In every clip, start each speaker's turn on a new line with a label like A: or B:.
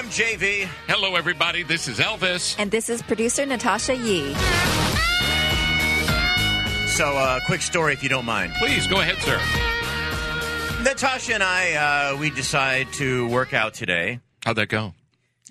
A: I'm JV.
B: Hello, everybody. This is Elvis.
C: And this is producer Natasha Yee.
A: So, uh, quick story if you don't mind.
B: Please go ahead, sir.
A: Natasha and I, uh, we decide to work out today.
B: How'd that go?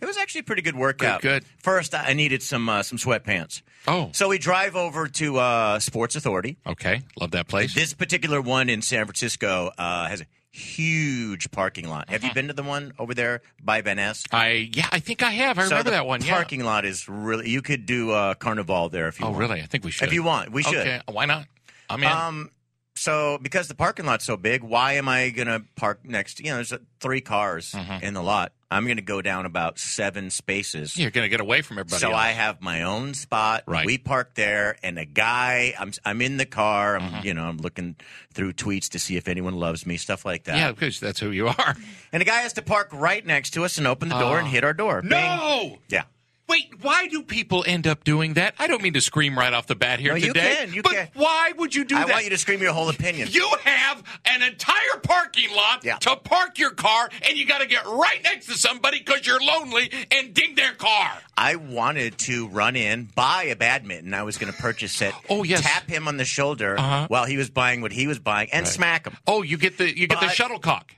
A: It was actually a pretty good workout.
B: Good, good.
A: First, I needed some uh, some sweatpants.
B: Oh,
A: So we drive over to uh, Sports Authority.
B: okay. Love that place.
A: This particular one in San Francisco uh, has a huge parking lot. Have you been to the one over there by Van Ness?
B: I yeah, I think I have. I
A: So
B: remember
A: the
B: that one. Yeah.
A: Parking lot is really. You could do uh, Carnival there if you
B: Oh,
A: want.
B: really? I think we should.
A: If you want, we should.
B: Okay. Why not? I'm in.
A: Um, so because the parking lot's so big, why am I gonna park next? You know, there's uh, three cars
B: Mm-hmm.
A: in the lot. I'm gonna go down about seven spaces.
B: You're gonna get away from everybody.
A: So
B: else.
A: I have my own spot.
B: Right.
A: We park there, and a guy. I'm I'm in the car. I'm
B: Mm-hmm.
A: you know I'm looking through tweets to see if anyone loves me, stuff like that.
B: yeah, because that's who you are.
A: And a guy has to park right next to us and open the door and hit our door. Bing.
B: Oh. No.
A: Yeah.
B: Wait, why do people end up doing that? I don't mean to scream right off the bat here
A: No, you
B: today.
A: can, you
B: but
A: can.
B: why would you do
A: I
B: that?
A: want you to scream your whole opinion.
B: You have an entire parking lot
A: Yeah.
B: to park your car, and you got to get right next to somebody because you're lonely and ding their car.
A: I wanted to run in, buy a badminton. I was going to purchase it.
B: Oh, yes. Uh-huh.
A: Tap him on the shoulder while he was buying what he was buying and smack him.
B: Oh, you get the you get the
A: But-
B: shuttlecock.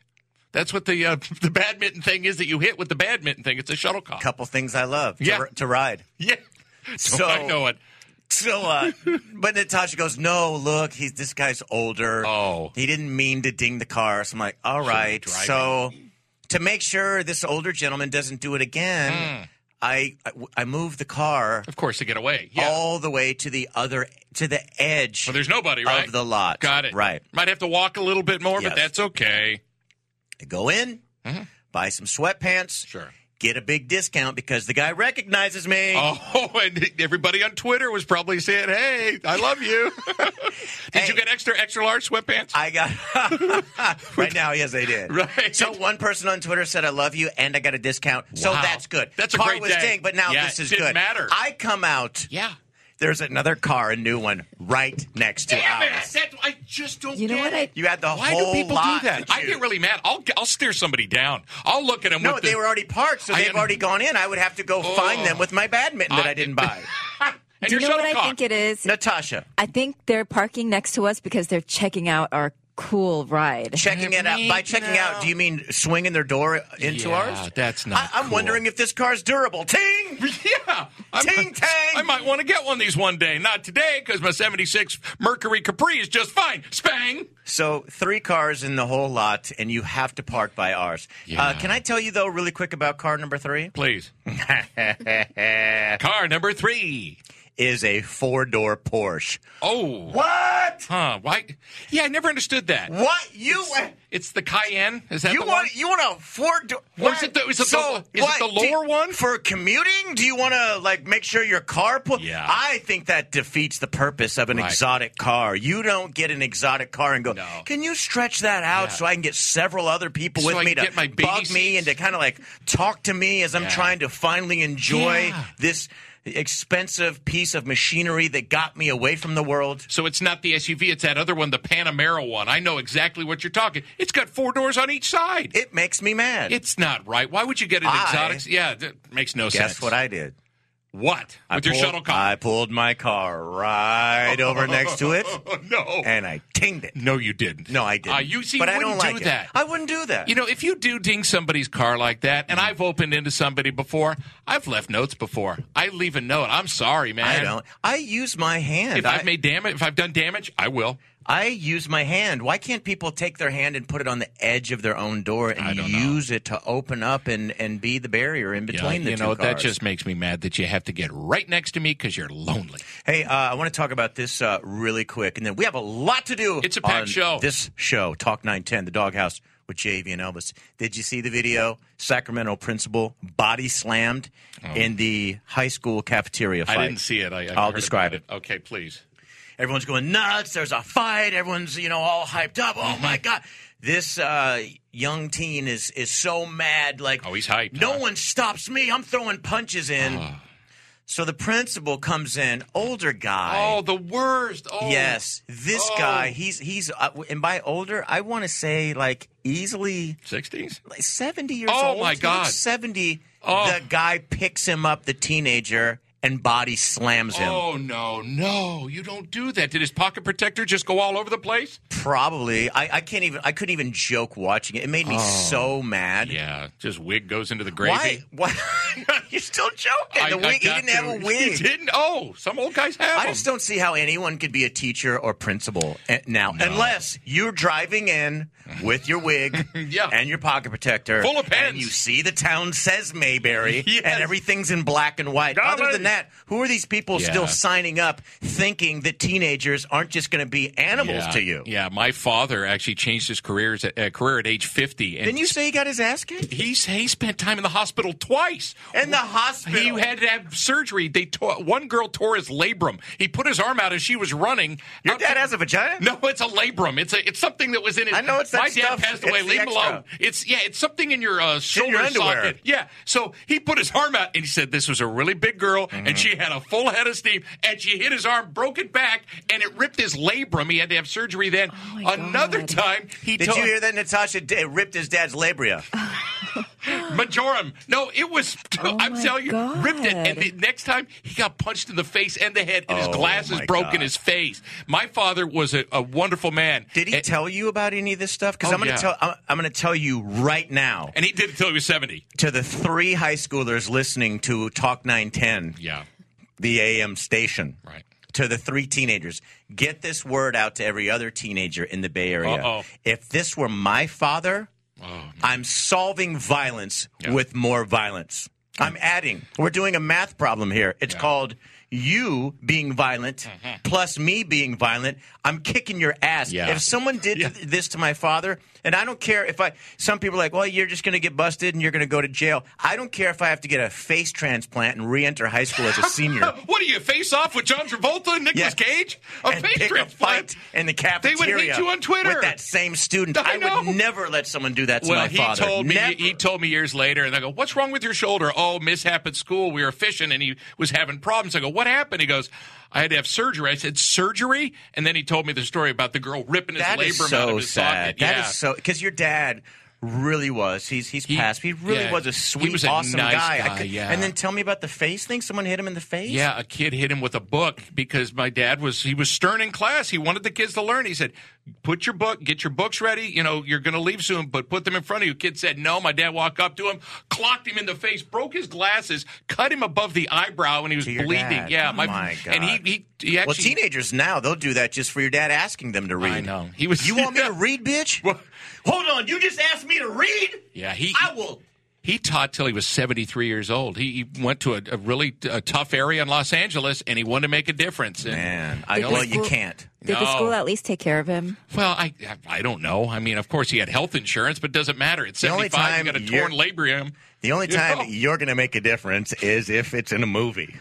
B: That's what the uh, the badminton thing is that you hit with the badminton thing. It's a shuttlecock.
A: Couple things I love to,
B: Yeah.
A: to ride.
B: Yeah.
A: So-
B: I know it.
A: So, uh, but Natasha goes, "No, look, he's this guy's older.
B: Oh.
A: he didn't mean to ding the car." So I'm like, "All right."
B: driving.
A: So, to make sure this older gentleman doesn't do it
B: Hmm.
A: again, I I, I moved the car
B: Of course, to get away. Yeah.
A: all the way to the other to the edge.
B: Well, there's nobody right
A: of the lot.
B: Got it.
A: Right.
B: Might have to walk a little bit more,
A: Yes.
B: but that's okay.
A: I go in, buy some sweatpants,
B: Mm-hmm. Sure.
A: get a big discount because the guy recognizes me.
B: Oh, and everybody on Twitter was probably saying, "Hey, I love you." Did
A: Hey.
B: you get extra extra large sweatpants?
A: I got right now. Yes, they did.
B: Right.
A: So one person on Twitter said, "I love you," and I got a discount. So
B: Wow.
A: that's good.
B: That's a
A: car
B: great
A: was
B: day.
A: ding, but now
B: Yeah,
A: this
B: it
A: is
B: didn't
A: good.
B: matter.
A: I come out.
B: yeah.
A: There's another car, a new one, right next to
B: Damn it!
A: ours.
B: That, I just don't.
C: You know
B: get
C: what
B: it.
C: I
A: You had the
B: Why
A: whole
B: do people
A: lot.
B: do that?
A: to
B: I
A: choose.
B: get really mad. I'll I'll steer somebody down. I'll look at them.
A: No,
B: with
A: they
B: the,
A: were already parked, so
B: I
A: they've
B: un-
A: already gone in. I would have to go find them with my badminton that I,
B: I-
A: didn't buy.
B: And
C: Do you
B: your
C: know what I
B: shuttlecock.
C: think it is?
A: Natasha,
C: I think they're parking next to us because they're checking out our cool ride.
A: checking it out. By checking out, do you mean swinging their door into
B: Yeah,
A: ours?
B: that's not
A: I, I'm
B: cool.
A: wondering if this car's durable. Ting.
B: Yeah. I'm-
A: Ting tang.
B: I might want to get one of these one day. Not today, because my 76 Mercury Capri is just fine. Spang.
A: So three cars in the whole lot, and you have to park by ours. Uh,
B: Yeah.
A: can I tell you though, really quick about car number three?
B: Please. Car number three.
A: Is a four door Porsche.
B: Oh.
A: What?
B: Huh. Why? Yeah, I never understood that.
A: What you?
B: It's the Cayenne. Is that
A: You
B: the
A: want
B: one?
A: you want a four door?
B: Or is it the- is it
A: so
B: the- is it
A: what,
B: the
A: do you-
B: lower one?
A: for commuting? Do you want to like make sure your car? Pull-
B: Yeah.
A: I think that defeats the purpose of an
B: Right.
A: exotic car. You don't get an exotic car and go.
B: No.
A: Can you stretch that out
B: Yeah.
A: so I can get several other people
B: So
A: with
B: I
A: me
B: can
A: to
B: get my baby
A: bug me and to kind of like talk to me as I'm
B: Yeah.
A: trying to finally enjoy
B: Yeah.
A: this expensive piece of machinery that got me away from the world.
B: So it's not the SUV. It's that other one, the Panamera one. I know exactly what you're talking. It's got four doors on each side.
A: It makes me mad.
B: It's not right. Why would you get an
A: I-
B: exotic? Yeah, that makes no sense.
A: Guess what I did.
B: What?
A: I
B: With your
A: pulled-
B: shuttlecock?
A: I pulled my car right over next to it,
B: Oh, no.
A: and I tinged it.
B: no, you didn't.
A: No, I didn't.
B: Uh, you see,
A: but
B: you
A: I don't
B: wouldn't
A: like
B: do
A: it.
B: that.
A: I wouldn't do that.
B: you know, if you do ding somebody's car like that,
A: Mm.
B: and I've opened into somebody before, I've left notes before. I leave a note. I'm sorry, man.
A: I don't. I use my hand.
B: If
A: I,
B: I've made damage, if I've done damage, I will.
A: I use my hand. Why can't people take their hand and put it on the edge of their own door
B: I
A: and
B: don't know.
A: use it to open up and, and be the barrier in between the
B: you
A: two
B: know, that
A: cars?
B: just makes me mad that you have to get right next to me because you're lonely.
A: Hey, uh, I want to talk about this uh, really quick, and then we have a lot to do.
B: It's a packed
A: on
B: show.
A: This show, Talk Nine Ten, the Doghouse with JV and Elvis. Did you see the video? Sacramento principal body slammed in the high school cafeteria fight.
B: Oh. I didn't see it. I, I
A: I'll
B: heard
A: describe
B: about Okay, please.
A: Everyone's going nuts. There's a fight. Everyone's you know all hyped up. Oh my
B: Mm-hmm.
A: god! This uh, young teen is is so mad. Like
B: Oh, he's hyped,
A: No
B: huh?
A: one stops me. I'm throwing punches in. So the principal comes in, older guy.
B: Oh, the worst. Oh,
A: Yes, this
B: Oh.
A: guy. He's he's uh, and by older, I want to say like easily
B: 60s?
A: like seventy years
B: Oh,
A: old.
B: my
A: He looks
B: God.
A: seventy
B: Oh.
A: The guy picks him up, the teenager, and body slams him.
B: Oh no, no! You don't do that. Did his pocket protector just go all over the place?
A: Probably. I, I can't even. I couldn't even joke watching it. It made me so mad.
B: Oh. Yeah, just wig goes into the gravy.
A: Why? Why? You're still joking.
B: I-
A: the
B: I
A: wig, he
B: got
A: didn't have a
B: to-
A: wig.
B: He didn't. Oh, some old guys have
A: I
B: them.
A: just don't see how anyone could be a teacher or principal eh, now, unless you're driving in with your wig
B: Yeah.
A: and your pocket protector,
B: Full of pens.
A: and you see the town says Mayberry,
B: Yes.
A: and everything's in black and white.
B: Got
A: Other
B: it.
A: than that, who are these people
B: Yeah.
A: still signing up, thinking that teenagers aren't just going to be animals
B: yeah.
A: to you?
B: Yeah, my father actually changed his careers at, uh, career at age fifty, and
A: Didn't you say he got his ass kicked?
B: he he spent time in the hospital twice.
A: In the hospital.
B: He had to have surgery. They tore, one girl tore his labrum. He put his arm out as she was running.
A: Your
B: Out
A: dad
B: to-
A: has a vagina?
B: No, it's a labrum. It's a it's something that was in his.
A: I know it's that
B: my
A: stuff.
B: dad passed away.
A: It's the
B: Leave him
A: extra.
B: alone. It's yeah. It's something in your uh,
A: in
B: shoulder
A: your underwear.
B: socket. Yeah. So he put his arm out and he said this was a really big girl
A: Mm-hmm.
B: and she had a full head of steam and she hit his arm, broke it back, and it ripped his labrum. He had to have surgery then.
C: Oh my
B: Another
C: God.
B: time he
A: Did
B: told
A: you hear that Natasha d- ripped his dad's labia?
B: Majorum. No, it was.
C: Oh
B: I'm
C: my
B: telling you,
C: God.
B: ripped it. And the next time he got punched in the face and the head, and his
A: Oh
B: glasses
A: my
B: broke in
A: God.
B: his face. My father was a, a wonderful man.
A: Did he
B: And,
A: tell you about any of this stuff? Because
B: Oh,
A: I'm going
B: yeah.
A: to tell. I'm, I'm going to tell you right now.
B: and he did it till he was 70.
A: to the three high schoolers listening to Talk 910,
B: Yeah.
A: the AM station.
B: Right.
A: To the three teenagers, get this word out to every other teenager in the Bay Area.
B: Uh-oh.
A: If this were my father,
B: Oh,
A: I'm solving violence with more violence. I'm adding. We're doing a math problem here. It's called you being violent plus me being violent. I'm kicking your ass.
B: Mm-hmm. Yeah.
A: If someone did
B: Yeah.
A: th- this to my father, and I don't care if I. Some people are like, well, you're just going to get busted and you're going to go to jail. I don't care if I have to get a face transplant and re-enter high school as a senior.
B: What do you face off with John Travolta and Nicolas
A: Yeah.
B: Cage? A
A: and
B: face
A: pick a
B: transplant?
A: fight in the
B: They
A: cafeteria.
B: would hate you on Twitter.
A: with that same student.
B: I
A: I,
B: know.
A: would never let someone do that to
B: Well,
A: my
B: he
A: father.
B: told me
A: Never.
B: he told me years later, and I go, "What's wrong with your shoulder?" Oh, mishap at school. We were fishing, and he was having problems. I go, "What happened?" He goes, "I had to have surgery." I said, "Surgery?" And then he told me the story about the girl ripping his
A: That
B: labrum
A: is
B: out of
A: so
B: his
A: sad.
B: socket.
A: That is
B: yeah.
A: so because your dad really was. He's he's
B: He-
A: passed. He really
B: yeah.
A: was a
B: He
A: sweet,
B: was a
A: awesome
B: nice
A: guy.
B: guy, yeah.
A: And then tell me about the face thing. Someone hit him in the face.
B: Yeah, a kid hit him with a book because my dad was he was stern in class. He wanted the kids to learn. He said, "Put your book, get your books ready. You know you're going to leave soon, but put them in front of you." Kid said, "No." My dad walked up to him, clocked him in the face, broke his glasses, cut him above the eyebrow, and he was
A: To your
B: bleeding.
A: dad.
B: Yeah,
A: Oh my God.
B: and he he, he actually
A: Well, teenagers now they'll do that just for your dad asking them to read.
B: know. He was-
A: You want me to read, bitch?
B: Well-
A: Hold on. You just asked me to read.
B: Yeah, he-
A: I will.
B: He taught till he was 73 years old. He, he went to a, a really t- a tough area in Los Angeles, and he wanted to make a difference. And,
A: Man, I,
C: Did the
A: well, you
C: school-
A: can't.
C: Did the
B: No.
C: school at least take care of him?
B: Well, I I don't know. I mean, of course, he had health insurance, but doesn't matter. At
A: The only
B: 75, you
A: time
B: got a
A: you're-
B: torn labrum.
A: The only
B: You
A: time
B: know?
A: you're going to make a difference is if it's in a movie.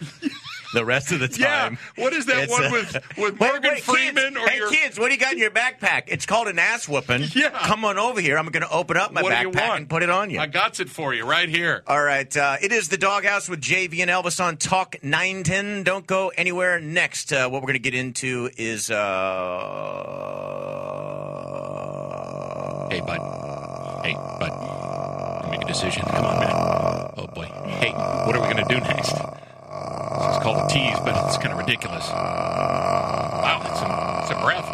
A: the rest of the
B: Yeah.
A: time.
B: What is that
A: it's
B: one
A: a-
B: with- with
A: Wait,
B: Morgan
A: wait,
B: Freeman
A: Kids,
B: or
A: hey,
B: your-
A: kids, what do you got in your backpack? It's called an ass whooping.
B: Yeah.
A: Come on over here. I'm going to open up my
B: what do you
A: backpack
B: want?
A: and put it on you.
B: I got it for you right here.
A: All right. Uh, it is the Doghouse with JV and Elvis on Talk 910. Don't go anywhere. Next, uh, what we're going to get into is. Uh,
B: Hey, bud. Hey, bud. You Make a decision. Come on, man. Oh boy. Hey, what are we gonna do next? It's called a tease, but it's kind of ridiculous. Wow, that's a, that's a breath.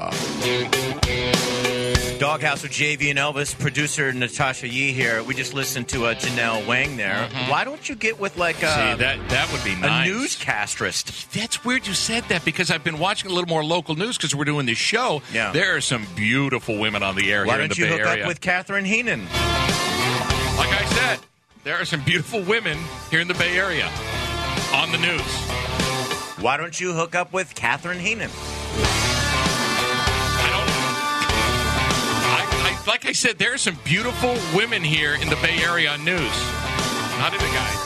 A: Doghouse with JV and Elvis, producer Natasha Yee here. We just listened to uh, Janelle Wang there. Why don't you get with like a,
B: Mm-hmm. See, that that would be
A: a
B: nice.
A: newscastrist?
B: Uh, That's weird you said that because I've been watching a little more local news because we're doing this show.
A: Yeah.
B: There are some beautiful women on the air
A: Why
B: here in
A: don't
B: the
A: you
B: Bay
A: hook
B: Area.
A: up with Catherine Heenan?
B: like I said, there are some beautiful women here in the Bay Area on the news.
A: Why don't you hook up with Catherine Heenan?
B: I don't. I, I, like I said, there are some beautiful women here in the Bay Area on news. Not in the guys.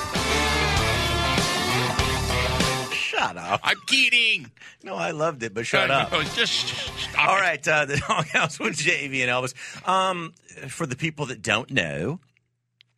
A: Shut up.
B: I'm kidding.
A: No, I loved it, but shut
B: I
A: up.
B: know, Just stop
A: All
B: it.
A: right, uh, the Doghouse with JV and Elvis. Um, for the people that don't know,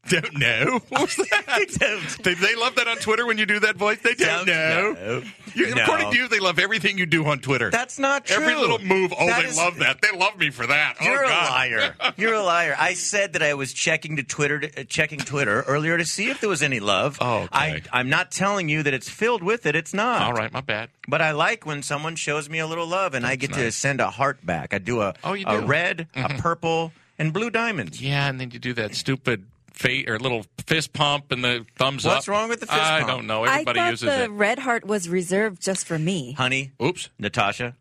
B: Don't know. What was that?
A: Don't.
B: They, they love that on Twitter when you do that voice. They don't, know. You,
A: No.
B: According to you, they love everything you do on Twitter.
A: That's not true.
B: Every little move. Oh,
A: That
B: they
A: is-
B: love that. They love me for that. Oh,
A: You're a
B: God.
A: liar. You're a liar. I said that I was checking to Twitter, to, uh, checking Twitter earlier to see if there was any love.
B: Oh, okay.
A: I, I'm not telling you that it's filled with it. It's not.
B: All right, my bad.
A: But I like when someone shows me a little love, and I get to
B: nice.
A: send a heart back. I do a
B: Oh, you
A: a
B: do.
A: red, a purple, and blue diamonds.
B: Yeah, and then you do that stupid fate or little fist pump and the thumbs up.
A: What's wrong with the fist
B: I
A: pump?
B: don't know.
C: I
B: Everybody
C: thought
B: uses
C: the
B: it.
C: red heart was reserved just for me.
A: Honey,
B: Oops.
A: Natasha,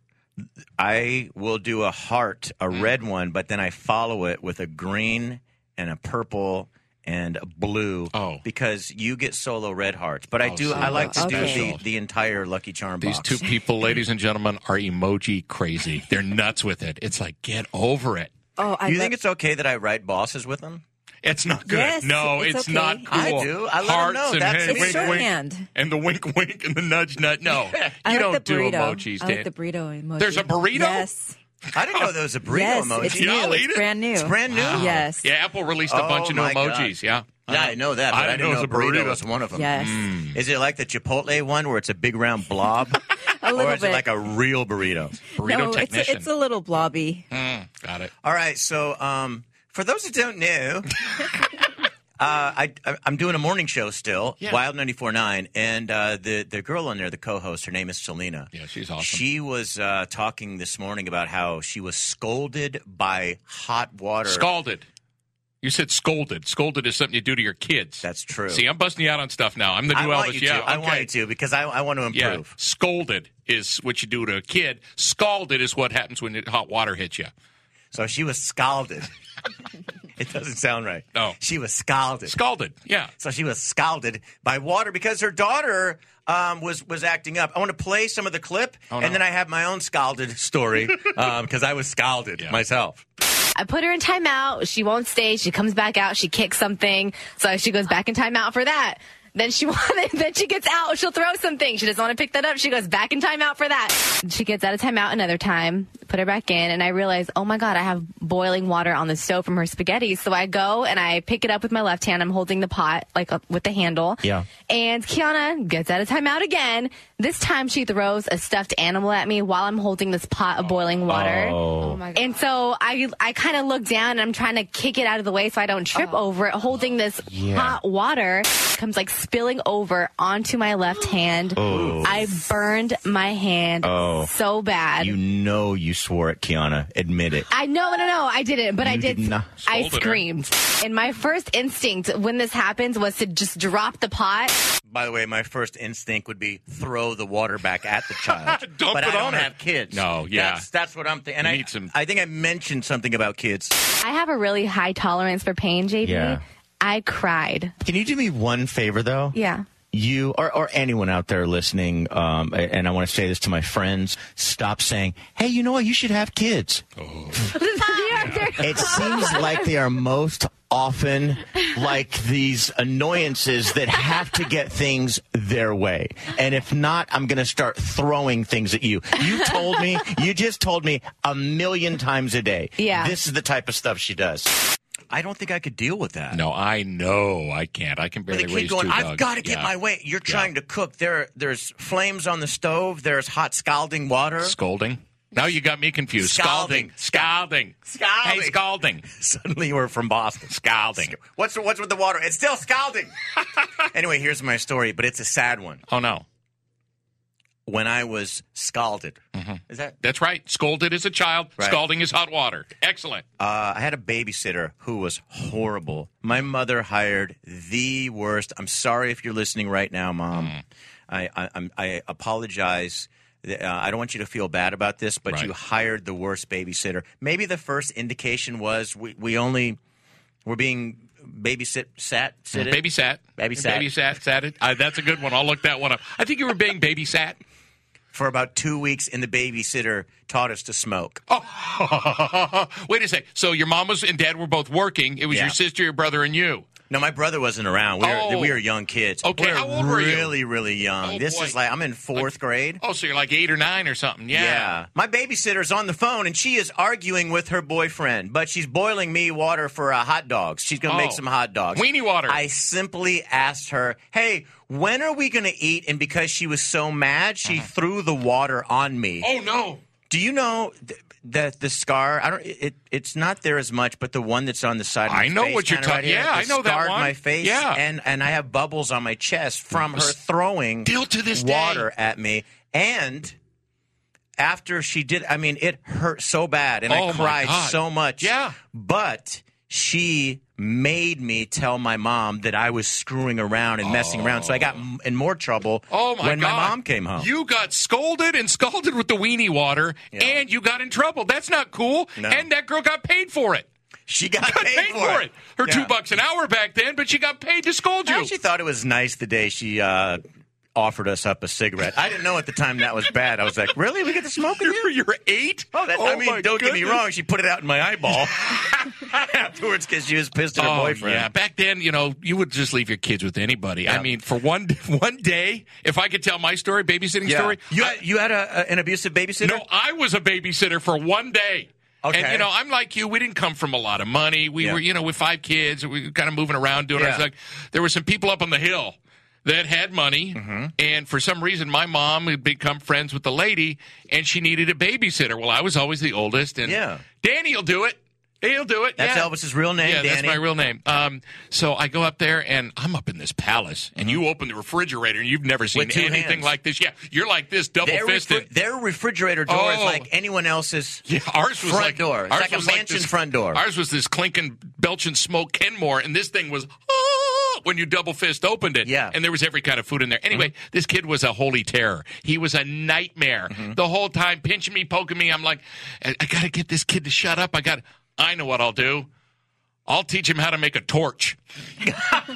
A: I will do a heart, a
B: Mm.
A: red one, but then I follow it with a green and a purple and a blue.
B: Oh.
A: because you get solo red hearts, but I
B: Oh,
A: do.
B: so
A: I like to do
C: okay.
A: the, the entire Lucky Charm
B: These
A: box.
B: two people, ladies and gentlemen, are emoji crazy. They're nuts with it. It's like get over it.
C: Oh, I
A: you
C: love-
A: think it's okay that I write bosses with them?
B: It's not good.
C: Yes,
B: no, it's,
C: it's okay.
B: not cool.
A: I do. I let 'em
B: Hearts
A: know.
B: and
A: That's-
B: hey,
C: It's
B: wink,
C: shorthand.
B: wink, and the wink, wink, and the nudge, nudge. No, you
C: I like
B: don't
C: the
B: do
C: burrito.
B: emojis,
C: I
B: Dan.
C: like the burrito emoji.
B: There's a burrito?
C: Yes.
A: I didn't know there was a burrito
C: yes.
A: emoji.
C: It's
B: Yeah, I'll
C: new.
B: eat
C: It's
B: it.
C: brand new.
A: It's brand new.
C: Yes.
B: Yeah, Apple released a
A: Oh,
B: bunch of new
A: my God.
B: emojis. Yeah, Uh-huh.
A: Yeah, I know that, but I didn't, know,
B: it was
A: burrito was one of them. Mm.
C: Yes.
A: Is it like the Chipotle one where it's a big round blob?
C: A little
A: or is
C: bit.
A: it like a real burrito?
B: burrito
C: no, it's a,
B: technician.
C: it's a little blobby.
B: Mm, got it.
A: All right, so um, for those that don't know, uh, I, I- I'm doing a morning show still,
B: Yeah.
A: Wild 94.9, and uh, the, the girl on there, the co host, her name is Selena.
B: Yeah, she's awesome.
A: She was uh, talking this morning about how she was scolded by hot water.
B: Scalded. You said scolded. Scolded is something you do to your kids.
A: That's true.
B: See, I'm busting you out on stuff now. I'm the new
A: I want
B: Elvis.
A: you
B: yeah,
A: to. I
B: okay.
A: want you to because I, I want to
B: Yeah,
A: improve.
B: scolded is what you do to a kid. Scalded is what happens when hot water hits you.
A: So she was scalded. it doesn't sound right.
B: No.
A: She was scalded.
B: Scalded. Yeah.
A: So she was scalded by water because her daughter um, was was acting up. I want to play some of the clip,
B: Oh,
A: and then I have my own scalded story because I was scalded
B: Yeah.
A: myself.
D: I put her in timeout. She won't stay. She comes back out. She kicks something. So she goes back in timeout for that. Then she wanted, then she gets out. She'll throw something. She doesn't want to pick that up. She goes back in timeout for that. She gets out of timeout another time, put her back in. And I realize, oh my God, I have boiling water on the stove from her spaghetti. So I go and I pick it up with my left hand. I'm holding the pot like up with the handle.
A: Yeah.
D: And Kiana gets out of timeout again. This time she throws a stuffed animal at me while I'm holding this pot of boiling water.
B: Oh.
D: And so I I kind of look down and I'm trying to kick it out of the way so I don't trip over it, holding this hot water comes like spilling over onto my left hand.
A: Oh.
D: I burned my hand so bad.
A: know Oh. you swore at Kiana. Admit it.
D: I no no no I didn't, but I
A: You
D: did.
A: did not.
D: I
B: Scolded her.
D: screamed, and my first instinct when this happens was to just drop the pot.
A: By the way, my first instinct would be throw the water back at the child.
B: Dump
A: but
B: it
A: I don't
B: on her.
A: have kids.
B: No, yeah.
A: That's, that's what I'm thinking.
B: You
A: I,
B: need some-
A: I think I mentioned something about kids.
D: I have a really high tolerance for pain, JB.
A: Yeah.
D: I cried.
A: Can you do me one favor though?
D: Yeah.
A: you or, or anyone out there listening, um, and I want to say this to my friends, stop saying, hey, you know what? You should have kids. It seems like they are most often like these annoyances that have to get things their way. And if not, I'm going to start throwing things at you. You told me, you just told me a million times a day.
D: Yeah.
A: This is the type of stuff she does. I don't think I could deal with that
B: No, I know I can't. I can barely
A: with a
B: raise
A: kid going,
B: two
A: I've
B: dogs."
A: got to get
B: Yeah.
A: my way. You're trying to cook. There, there's flames on the stove. There's hot scalding water.
B: Scolding. Now you got me confused.
A: Scalding.
B: Scalding.
A: Scalding.
B: Hey, scalding.
A: Suddenly, we're from Boston.
B: Scalding.
A: What's what's with the water? It's still scalding. anyway, here's my story, but it's a sad one.
B: Oh, no.
A: When I was scalded,
B: Mm-hmm.
A: is that
B: That's right. Scolded is a child.
A: Right.
B: Scalding is hot water. Excellent.
A: Uh, I had a babysitter who was horrible. My mother hired the worst. I'm sorry if you're listening right now, mom.
B: Mm.
A: I, I, I'm, I apologize. The- Uh, I don't want you to feel bad about this, but
B: Right.
A: you hired the worst babysitter. Maybe the first indication was we, we only were being babysit sat
B: Mm,
A: sitted.
B: babysat.
A: Babysat.
B: Babysat. Satted. Uh, that's a good one. I'll look that one up. I think you were being babysat.
A: for about two weeks, and the babysitter taught us to smoke.
B: Oh, wait a sec. So your mom was and dad were both working. It was
A: Yeah.
B: your sister, your brother, and you.
A: No, my brother wasn't around. We were,
B: Oh.
A: we were young kids.
B: Okay,
A: we were
B: how old were you?
A: really, really young.
B: Oh,
A: this
B: boy.
A: is like I'm in fourth grade.
B: Oh, so you're like eight or nine or something. Yeah.
A: My babysitter's on the phone and she is arguing with her boyfriend, but she's boiling me water for uh, hot dogs. She's going to
B: Oh.
A: make some hot dogs.
B: Weenie water.
A: I simply asked her, hey, when are we going to eat? And because she was so mad, she
B: Uh-huh.
A: threw the water on me.
B: Oh no.
A: Do you know th- that the scar? I don't. It, it's not there as much, but the one that's on the side. Of my
B: I know
A: face,
B: what you're
A: kinda right
B: talking-
A: here,
B: yeah, I
A: it
B: know that
A: scarred
B: one.
A: My face.
B: Yeah.
A: and and I have bubbles on my chest from her throwing
B: Still to this day.
A: water at me. And after she did, I mean, it hurt so bad, and
B: Oh,
A: I
B: my
A: cried
B: God.
A: so much.
B: Yeah.
A: but she made me tell my mom that I was screwing around and messing around, so I got m- in more trouble.
B: Oh my
A: when
B: god.
A: my mom came home.
B: You got scolded and scalded with the weenie water
A: Yeah.
B: and you got in trouble. That's not cool.
A: No.
B: And that girl got paid for it.
A: she got,
B: Got paid, for, it. Her
A: Yeah.
B: two bucks an hour back then, but she got paid to scold
A: I
B: you.
A: actually thought it was nice the day she uh, offered us up a cigarette. I didn't know at the time that was bad. I was like, really? We get to smoke with
B: You're,
A: you?
B: you're eight?
A: Oh, that, I mean,
B: my
A: don't get me
B: goodness.
A: wrong. She put it out in my eyeball afterwards because she was pissed at her
B: Oh,
A: boyfriend.
B: Yeah, back then, you know, you would just leave your kids with anybody. I mean, for one one day, if I could tell my story, babysitting
A: Yeah.
B: story,
A: You
B: I-
A: had, you had a, a- an abusive babysitter?
B: No, I was a babysitter for one day. And
A: Okay.
B: you know, I'm like you. We didn't come from a lot of money. We
A: Yeah.
B: were, you know, with five kids, we were kind of moving around doing our
A: Yeah.
B: stuff. There were some people up on the hill that had money,
A: Mm-hmm.
B: and for some reason, my mom had become friends with the lady, and she needed a babysitter. Well, I was always the oldest, and
A: Yeah.
B: Danny'll do it. He'll do it.
A: That's
B: yeah.
A: Elvis's real name,
B: Yeah, that's
A: Danny.
B: my real name. Um, so I go up there, and I'm up in this palace, and you open the refrigerator, and you've never seen
A: Uh-huh. two
B: anything
A: hands.
B: like this. Yeah, you're like this, double
A: Their,
B: fisted.
A: refri- their refrigerator door is
B: Oh.
A: like anyone else's.
B: Yeah, ours was
A: Front
B: like
A: door. It's
B: ours
A: like a
B: was
A: mansion
B: this-
A: front door.
B: Ours was this clinking, belching smoke Kenmore, and this thing was "Ah," when you double fist opened it.
A: Yeah. Mm-hmm.
B: and there was every kind of food in there. Anyway, this kid was a holy terror. He was a nightmare
A: Mm-hmm.
B: the whole time, pinching me, poking me. I'm like, I, I got to get this kid to shut up. I got. I know what I'll do. I'll teach him how to make a torch.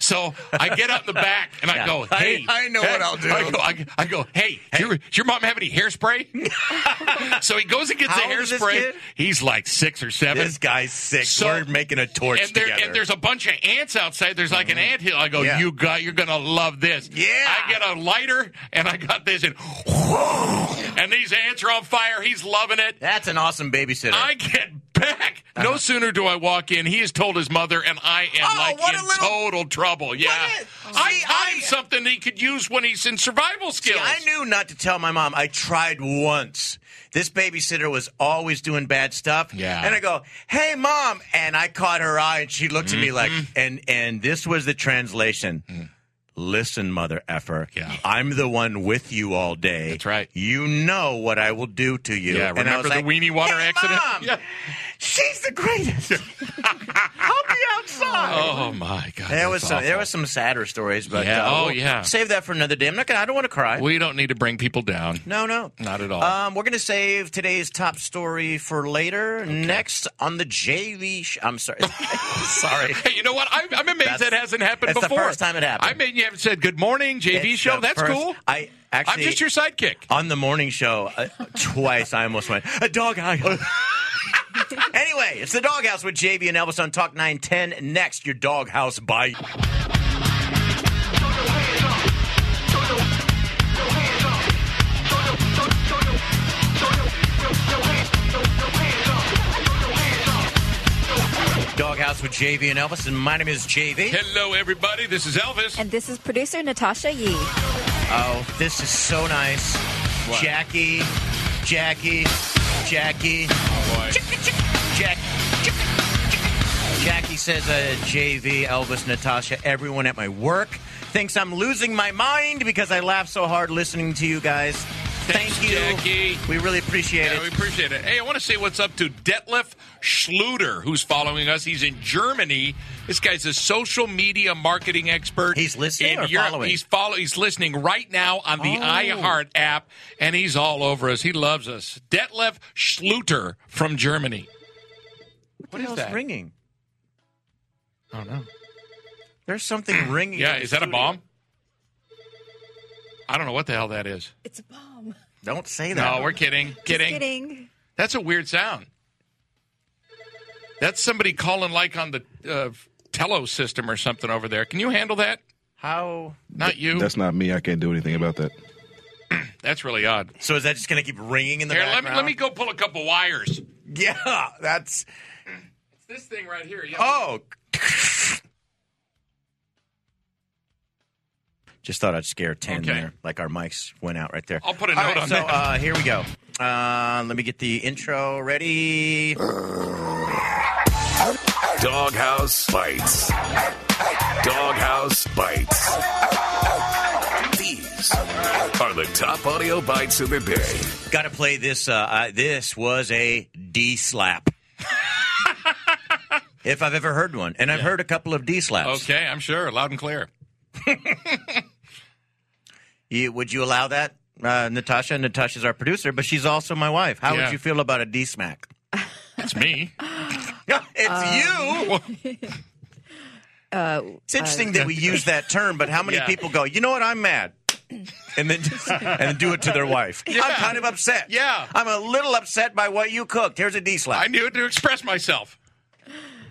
B: so I get up in the back and I go,
A: I-
B: "Hey,
A: I know what I'll do.
B: I go, I, I go hey, does Your, does your mom have any hairspray?" So he goes and gets
A: How
B: a
A: old is this
B: hairspray.
A: kid?
B: He's like six or seven.
A: This guy's sick.
B: So-
A: We're making a torch
B: and, there,
A: together. Mm-hmm.
B: and there's a bunch of ants outside. There's like an ant hill. I go,
A: Yeah.
B: you got, you're gonna love this.
A: Yeah.
B: I get a lighter and I got this, and and these ants are on fire. He's loving it.
A: That's an awesome babysitter.
B: I get back. No sooner do I walk in, he has told his mother, and I am
A: Uh-huh. Oh,
B: like
A: what a
B: in
A: little-
B: total trouble. Yeah,
A: a-
B: I
A: See,
B: taught him
A: I-
B: something he could use when he's in survival skills.
A: See, I knew not to tell my mom. I tried once. This babysitter was always doing bad stuff.
B: Yeah.
A: And I go, "Hey, mom!" And I caught her eye, and she looked at me like,
B: Mm-hmm.
A: and and this was the translation. Listen, mother effer.
B: Mm. Yeah.
A: I'm the one with you all day.
B: That's right.
A: You know what I will do to you.
B: Yeah,
A: And I
B: remember
A: was
B: the
A: like,
B: weenie water
A: "Hey,
B: accident?
A: Mom,
B: Yeah.
A: She's the greatest. I'll be outside.
B: Oh my god,
A: There
B: that's
A: was some,
B: awful.
A: there was some sadder stories, but
B: Yeah.
A: uh,
B: Oh,
A: we'll
B: yeah.
A: save that for another day. I'm not gonna. I don't want to cry.
B: We don't need to bring people down.
A: No, no.
B: Not at all.
A: Um, we're going to save today's top story for later. Next on the JV. Sh- I'm sorry. sorry.
B: Hey, you know what? I, I'm amazed
A: That's-
B: that hasn't happened
A: that's the
B: before.
A: first time it happened.
B: I mean, you haven't said good morning, JV
A: It's
B: show.
A: the
B: That's
A: first-
B: cool.
A: I actually.
B: I'm just your sidekick.
A: On the morning show, uh, twice I almost went, a dog eye. anyway, it's the doghouse with JV and Elvis on Talk 910. Next, your doghouse bite. Doghouse with JV and Elvis, and my name is JV.
B: Hello, everybody. This is Elvis.
C: And this is producer Natasha Yee.
A: Oh, this is so nice.
B: What?
A: Jackie, Jackie, Jackie.
B: Oh, Boy.
A: Jack. Jackie says, uh, JV, Elvis, Natasha, everyone at my work thinks I'm losing my mind because I laugh so hard listening to you guys.
B: Thanks,
A: Thank you.
B: Jackie.
A: We really appreciate
B: Yeah, we
A: it.
B: appreciate it. Hey, I want to say what's up to Detlef Schluter, who's following us. He's in Germany. This guy's a social media marketing expert.
A: He's listening
B: in
A: or
B: Europe.
A: following? Oh.
B: He's follow. He's listening right now on the iHeart app, and he's all over us. He loves us. Detlef Schluter from Germany.
A: What is
B: that?
A: ringing?
B: Oh no.
A: There's something ringing.
B: Yeah,
A: in the
B: is that a
A: studio.
B: bomb? I don't know what the hell that is.
C: It's a bomb.
A: Don't say that.
B: No, we're kidding. Kidding.
C: Kidding.
B: That's a weird sound. That's somebody calling like on the uh, Tello system or something over there. Can you handle that?
A: How?
B: Not you. That's,
E: That's not me. I can't do anything about that.
B: really odd.
A: So is that just going to keep ringing in the
B: Here, let
A: background?
B: me let me go pull a couple wires.
A: Yeah, that's.
B: It's this thing right here. Yeah.
A: Oh. Just thought I'd scare ten
B: Okay.
A: there. Like our mics went out right there.
B: I'll put a
A: All
B: note
A: right,
B: on
A: so,
B: that.
A: uh, here we go. Uh, let me get the intro ready.
F: Doghouse Bites. Doghouse Bites. These are the top audio bites of the day.
A: Got to play this. Uh, uh, this was a D slap. if I've ever heard one, and I've heard a couple of D slaps.
B: Oh. Okay, I'm sure. Loud and clear.
A: You, would you allow that, uh, Natasha? Natasha's our producer, but she's also my wife. How
B: Yeah.
A: would you feel about a D smack?
B: That's me.
A: it's you.
B: Well,
A: It's interesting that we use that term, but how many
B: Yeah.
A: people go, you know what, I'm mad. And then just, and do it to their wife. I'm kind of upset.
B: Yeah.
A: I'm a little upset by what you cooked. Here's a D
B: I
A: slap.
B: knew to express myself.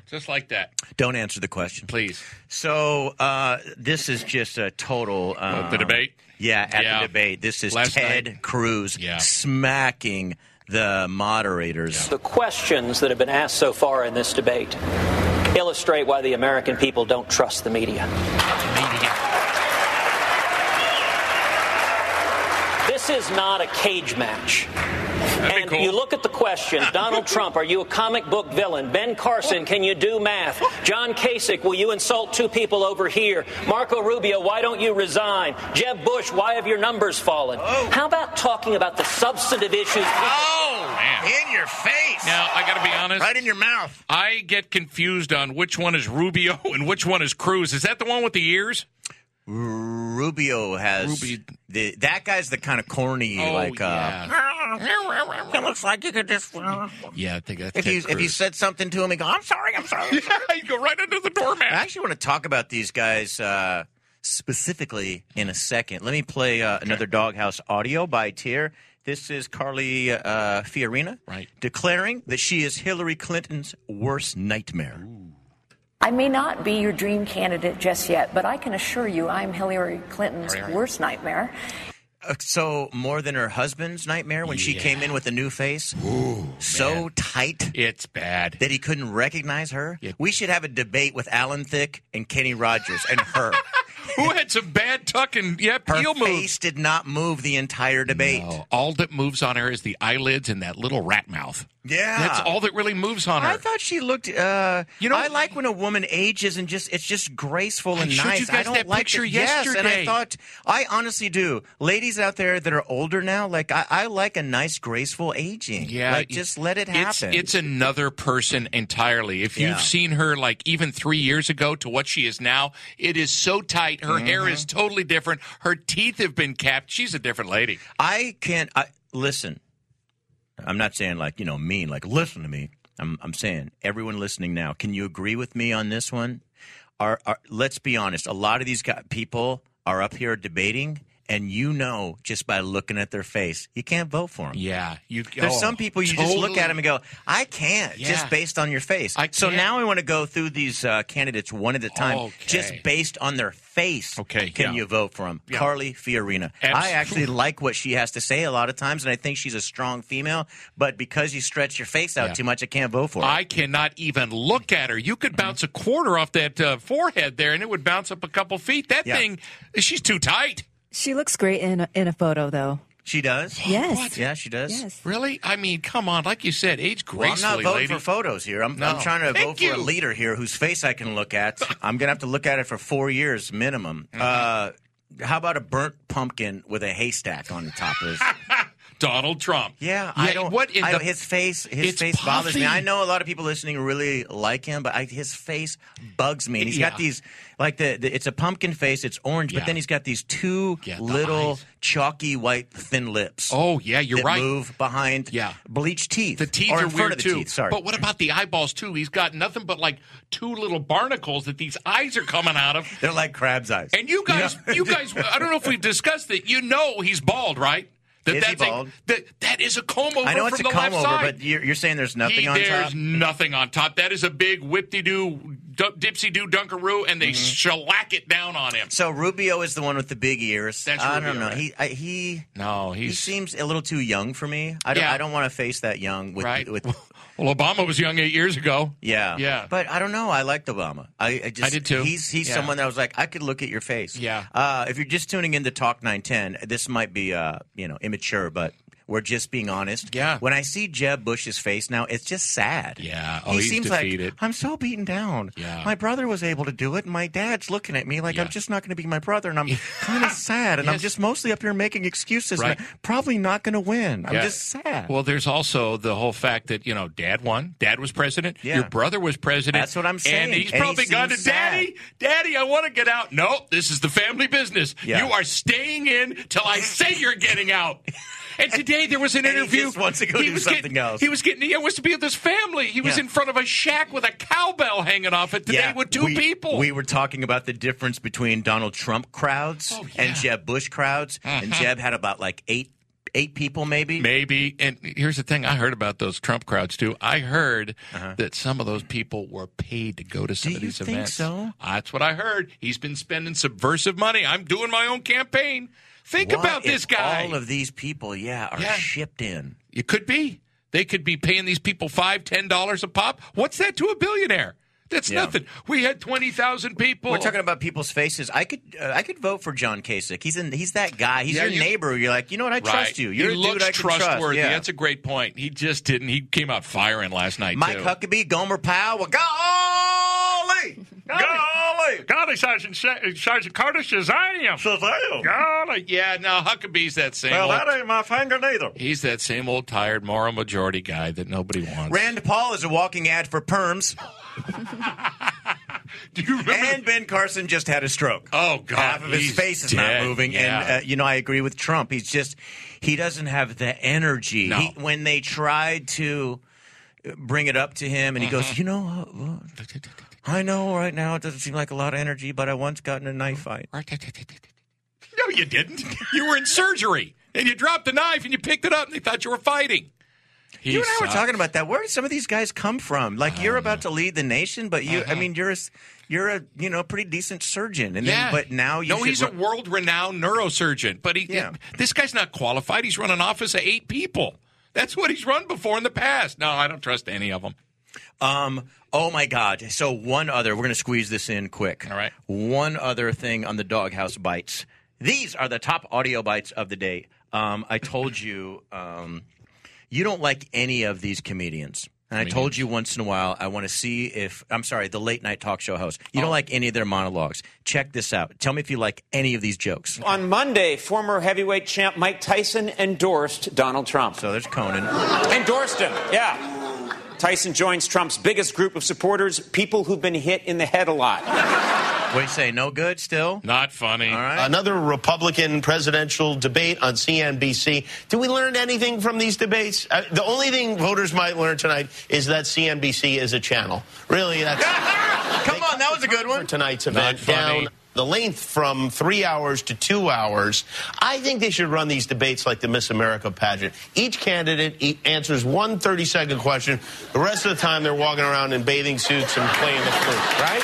B: Just like that.
A: Don't answer the question.
B: Please.
A: So uh, this is just a total uh,
B: the debate?
A: Yeah, at
B: Yeah.
A: the debate. This is
B: Last
A: Ted
B: night.
A: Cruz
B: Yeah.
A: smacking the moderators.
G: The questions that have been asked so far in this debate illustrate why the American people don't trust the media. This is not a cage match.
B: That'd be
G: And you
B: cool.
G: look at the questions Donald Trump, are you a comic book villain? Ben Carson, can you do math? John Kasich, will you insult two people over here? Marco Rubio, why don't you resign? Jeb Bush, why have your numbers fallen? How about talking about the substantive issues?
B: Oh, man.
A: In your face.
B: Now, I got to be honest.
A: Right in your mouth.
B: I get confused on which one is Rubio and which one is Cruz. Is that the one with the ears?
A: Rubio has
B: Ruby- Oh,
A: the that guy's the kind of corny like uh
B: yeah.
A: it looks like you could just
B: yeah, I think that's
A: if
B: Ted
A: you if you
B: Cruz.
A: said something to him he go I'm sorry I'm sorry
B: you go right under the doormat.
A: I actually want to talk about these guys uh, specifically in a second. Let me play uh, another Doghouse audio by Tier. This is Carly uh, Fiorina
B: Right.
A: declaring that she is Hillary Clinton's worst nightmare.
H: I may not be your dream candidate just yet, but I can assure you I'm Hillary Clinton's worst nightmare.
A: Uh, so more than her husband's nightmare when she came in with a new face, so tight
B: It's bad.
A: that he couldn't recognize her. We should have a debate with Alan Thicke and Kenny Rogers and her.
B: Who had some bad tuck and yeah,
A: Her
B: peel moves?
A: face did not move the entire debate.
B: Oh, all that moves on her is the eyelids and that little rat mouth.
A: Yeah.
B: That's all that really moves on her.
A: Ah. I thought she looked. Uh,
B: You
A: you
B: know-
A: know, I like when a woman ages and just it's just graceful
B: I
A: and
B: showed you
A: nice. I
B: guys
A: don't
B: that
A: like
B: picture
A: it. Yes, and
B: yesterday.
A: I thought I honestly do. Ladies out there that are older now, like I, I like a nice, graceful aging.
B: Yeah,
A: like
B: it-
A: just let it
B: it's,
A: happen.
B: it's another person entirely. If
A: Yeah.
B: you've seen her like even three years ago to what she is now, it is so tight. Her hair is
A: Mm-hmm.
B: totally different. Her teeth have been capped. She's a different lady.
A: I can't. I, listen, I'm not saying like you know mean. Like listen to me. I'm I'm saying everyone listening now. Can you agree with me on this one? Are, are let's be honest. A lot of these guy, people are up here debating, and you know just by looking at their face, you can't vote for them.
B: Yeah, you. oh,
A: There's some people you just look at them and go, I can't,
B: Yeah.
A: just based on your face.
B: I
A: So
B: can't.
A: now I want to go through these uh, candidates one at a time,
B: Okay.
A: just based on their face.
B: Okay,
A: Can
B: yeah.
A: you vote for them? Carly Fiorina. I
B: Absolutely.
A: actually like what she has to say a lot of times, and I think she's a strong female, but because you stretch your face out
B: Yeah.
A: too much, I can't vote for her.
B: I cannot even look at her. You
A: Mm-hmm.
B: could bounce a quarter off that uh, forehead there, and it would bounce up a couple feet. That
A: Yeah.
B: thing, she's too tight.
C: She looks great in a, in a photo, though.
A: she does?
C: Yes.
A: Yeah, she does.
C: Yes.
B: Really? I mean, come on. Like you said, age
A: Well, I'm not
B: gracefully,
A: voting
B: lady.
A: for photos here. I'm,
B: No.
A: I'm trying to
B: Thank
A: vote for a
B: you.
A: leader here whose face I can look at. I'm going to have to look at it for four years minimum.
B: Mm-hmm.
A: Uh, how about a burnt pumpkin with a haystack on the top of his?
B: Donald Trump.
A: Yeah, I don't.
B: What in
A: I
B: the
A: don't- his face, his
B: It's
A: face bothers me.
B: puffy.
A: I know a lot of people listening really like him, but I, his face bugs me. And he's
B: Yeah.
A: got these, like the, the, it's a pumpkin face. It's orange,
B: Yeah.
A: but then he's got these two
B: Yeah, the
A: little
B: eyes.
A: chalky white thin lips.
B: Oh yeah, you're
A: that
B: right.
A: move behind
B: Yeah.
A: bleached teeth.
B: The teeth
A: or
B: are
A: in front
B: weird
A: of the
B: too.
A: Teeth, sorry,
B: But what about the eyeballs too? He's got nothing but like two little barnacles that these eyes are coming out of.
A: they're like crab's eyes.
B: And you guys, you guys, I don't know if we've discussed it. You know he's bald, right? That
A: Is he
B: that's a-
A: bald?
B: that, that is a comb over
A: I know
B: from
A: it's a
B: the
A: come
B: left
A: over,
B: side.
A: but you're, you're saying there's nothing
B: He-
A: on
B: there's
A: top.
B: nothing on top. That is a big whip-de-doo, du- dipsy-doo dunkaroo, and they
A: Mm-hmm.
B: shellac it down on him.
A: So Rubio is the one with the big ears.
B: That's
A: I
B: Rubio,
A: don't know.
B: right?
A: He I, he
B: No,
A: he
B: he's
A: seems a little too young for me. I don't,
B: Yeah.
A: I don't want to face that young with
B: right.
A: with
B: well, Obama was young eight years ago.
A: yeah
B: Yeah.
A: But I don't know. I liked Obama. I, I just
B: I did too.
A: He's he's
B: Yeah.
A: someone that I was like I could look at your face.
B: Yeah.
A: Uh, if you're just tuning in to Talk 910, this might be uh you know immature, but. We're just being honest.
B: Yeah.
A: When I see Jeb Bush's face now, it's just sad.
B: Yeah. Oh,
A: he
B: he's
A: seems
B: defeated.
A: like I'm so beaten down.
B: Yeah.
A: My brother was able to do it, and my dad's looking at me like
B: Yeah.
A: I'm just not going to be my brother, and I'm kind of sad, and I'm
B: Yes.
A: just mostly up here making excuses. And
B: Right.
A: I'm probably not going to win. I'm
B: Yeah.
A: just sad.
B: Well, there's also the whole fact that you know, Dad won. Dad was president.
A: Yeah.
B: Your brother was president.
A: That's what I'm saying.
B: And he's
A: And he
B: probably gone to
A: seems sad.
B: Daddy. Daddy, I want to get out. No, this is the family business.
A: Yeah.
B: You are staying in till I say you're getting out. And today there was an
A: And he
B: interview.
A: just wants to go do
B: was
A: something
B: getting,
A: else.
B: He was getting. He was to be with his family. He was
A: Yeah.
B: in front of a shack with a cowbell hanging off it today with two
A: we,
B: people.
A: We were talking about the difference between Donald Trump crowds
B: Oh, yeah. Mm-hmm.
A: and Jeb Bush crowds, and Jeb had about like eight eight people maybe.
B: Maybe. And here's the thing I heard about those Trump crowds, too. I heard that some of those people were paid to go to
A: Uh-huh.
B: some
A: Do
B: of
A: you
B: these
A: think
B: events.
A: so?
B: That's what I heard. He's been spending subversive money. I'm doing my own campaign. Think
A: What
B: about
A: if
B: this guy.
A: All of these people, yeah, are
B: Yeah.
A: shipped in.
B: it could be. They could be paying these people five, ten dollars a pop. What's that to a billionaire? That's
A: Yeah.
B: nothing. We had twenty thousand people.
A: We're talking about people's faces. I could uh, I could vote for John Kasich. He's in. He's that guy. He's
B: Yeah,
A: your
B: you-
A: neighbor. You're like, you know what? I trust you. You're
B: he
A: a
B: looks
A: dude I can trust.
B: trustworthy.
A: Yeah.
B: That's a great point. He just didn't. He came out firing last night.
A: Mike
B: too.
A: Huckabee, Gomer Powell. Golly, golly,
B: Golly, Sergeant, Sergeant Curtis, as I am. Golly. Yeah, no, Huckabee's that same old,
A: ain't my finger neither.
B: He's that same old tired moral majority guy that nobody wants.
A: Rand Paul is a walking ad for perms,
B: do you remember?
A: and Ben Carson just had a stroke.
B: oh, God.
A: Half of his
B: he's
A: face is
B: dead.
A: not moving,
B: Yeah.
A: and uh, you know I agree with Trump. He's just he doesn't have the energy.
B: No.
A: He, when they tried to bring it up to him, and he
B: Uh-huh.
A: goes, you know, uh, uh, I know right now it doesn't seem like a lot of energy, but I once got in a knife fight.
B: no, you didn't. You were in surgery, and you dropped the knife, and you picked it up, and they thought you were fighting. He
A: you and I were
B: sucks.
A: talking about that. Where did some of these guys come from? Like you're about to lead the nation, but you,
B: Uh-huh.
A: I mean, you're a, s- you're a you know pretty decent surgeon, and then,
B: Yeah.
A: but now you
B: No,
A: should
B: he's
A: run-
B: a world renowned neurosurgeon, but he
A: Yeah.
B: this guy's not qualified. He's run an office of eight people. That's what he's run before in the past. No, I don't trust any of them.
A: Um. Oh my God. So one other. We're gonna squeeze this in quick.
B: All right.
A: One other thing on the doghouse bites. These are the top audio bites of the day. Um. I told you. Um. You don't like any of these comedians. And I told you once in a while, I want to see if, I'm sorry, the late night talk show host.
B: Oh.
A: You don't like any of their monologues. Check this out. Tell me if you like any of these jokes.
I: On Monday, former heavyweight champ Mike Tyson endorsed Donald Trump.
A: So there's Conan.
I: Endorsed him, yeah. Tyson joins Trump's biggest group of supporters, people who've been hit in the head a lot.
A: What do you say? No good still?
B: Not funny.
A: All right.
J: Another Republican presidential debate on CNBC. Did we learn anything from these debates? Uh, the only thing voters might learn tonight is that CNBC is a channel. Really, that's
A: Come on. That was a good
J: for
A: one.
J: tonight's
B: Not
J: event
B: funny.
J: down the length from um, three hours to two hours. I think they should run these debates like the Miss America pageant. Each candidate e- answers one 30 second question. The rest of the time, they're walking around in bathing suits and playing the flute, right?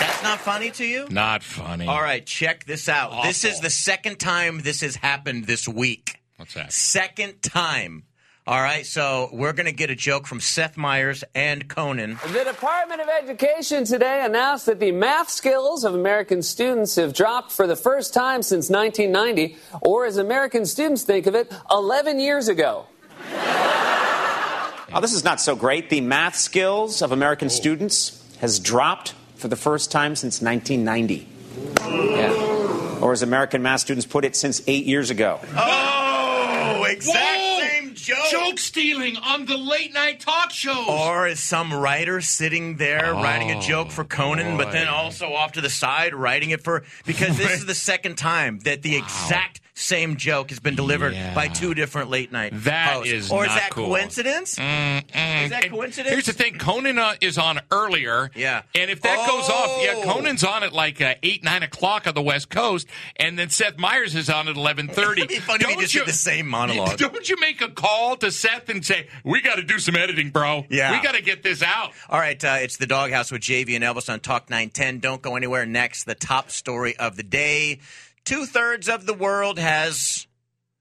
A: That's not funny to you?
B: Not funny.
A: All right, check this out. This
B: Awful.
A: is the second time this has happened this week.
B: What's that?
A: Second time. All right, so we're going to get a joke from Seth Meyers and Conan.
I: The Department of Education today announced that the math skills of American students have dropped for the first time since 1990, or as American students think of it, 11 years ago. Oh, this is not so great. The math skills of American students has dropped for the first time since 1990. Yeah. Or as American math students put it, since eight years ago.
A: Oh, exact
B: Whoa!
A: same show.
B: Joke stealing on the late night talk shows.
A: Or is some writer sitting there writing a joke for Conan, but then
B: Oh, boy.
A: also off to the side writing it for because this is the second time that the exact same joke has been delivered
B: Yeah.
A: by two different late night
B: That
A: hosts.
B: is
A: or is
B: not
A: that
B: cool. Mm.
A: coincidence? Is that
B: And
A: coincidence?
B: Here's the thing: Conan uh, is on earlier.
A: Yeah.
B: and if that goes off, yeah,
A: Oh.
B: Conan's on at like uh, eight, nine o'clock on the West Coast, and then Seth Meyers is on at eleven thirty.
A: It'd be funny if he just did the same monologue.
B: Don't you make a call to Seth and say, "We got to do some editing, bro.
A: Yeah.
B: we got to get this out."
A: All right, uh, it's the doghouse with JV and Elvis on Talk 910. Don't go anywhere. Next, the top story of the day. Two thirds of the world has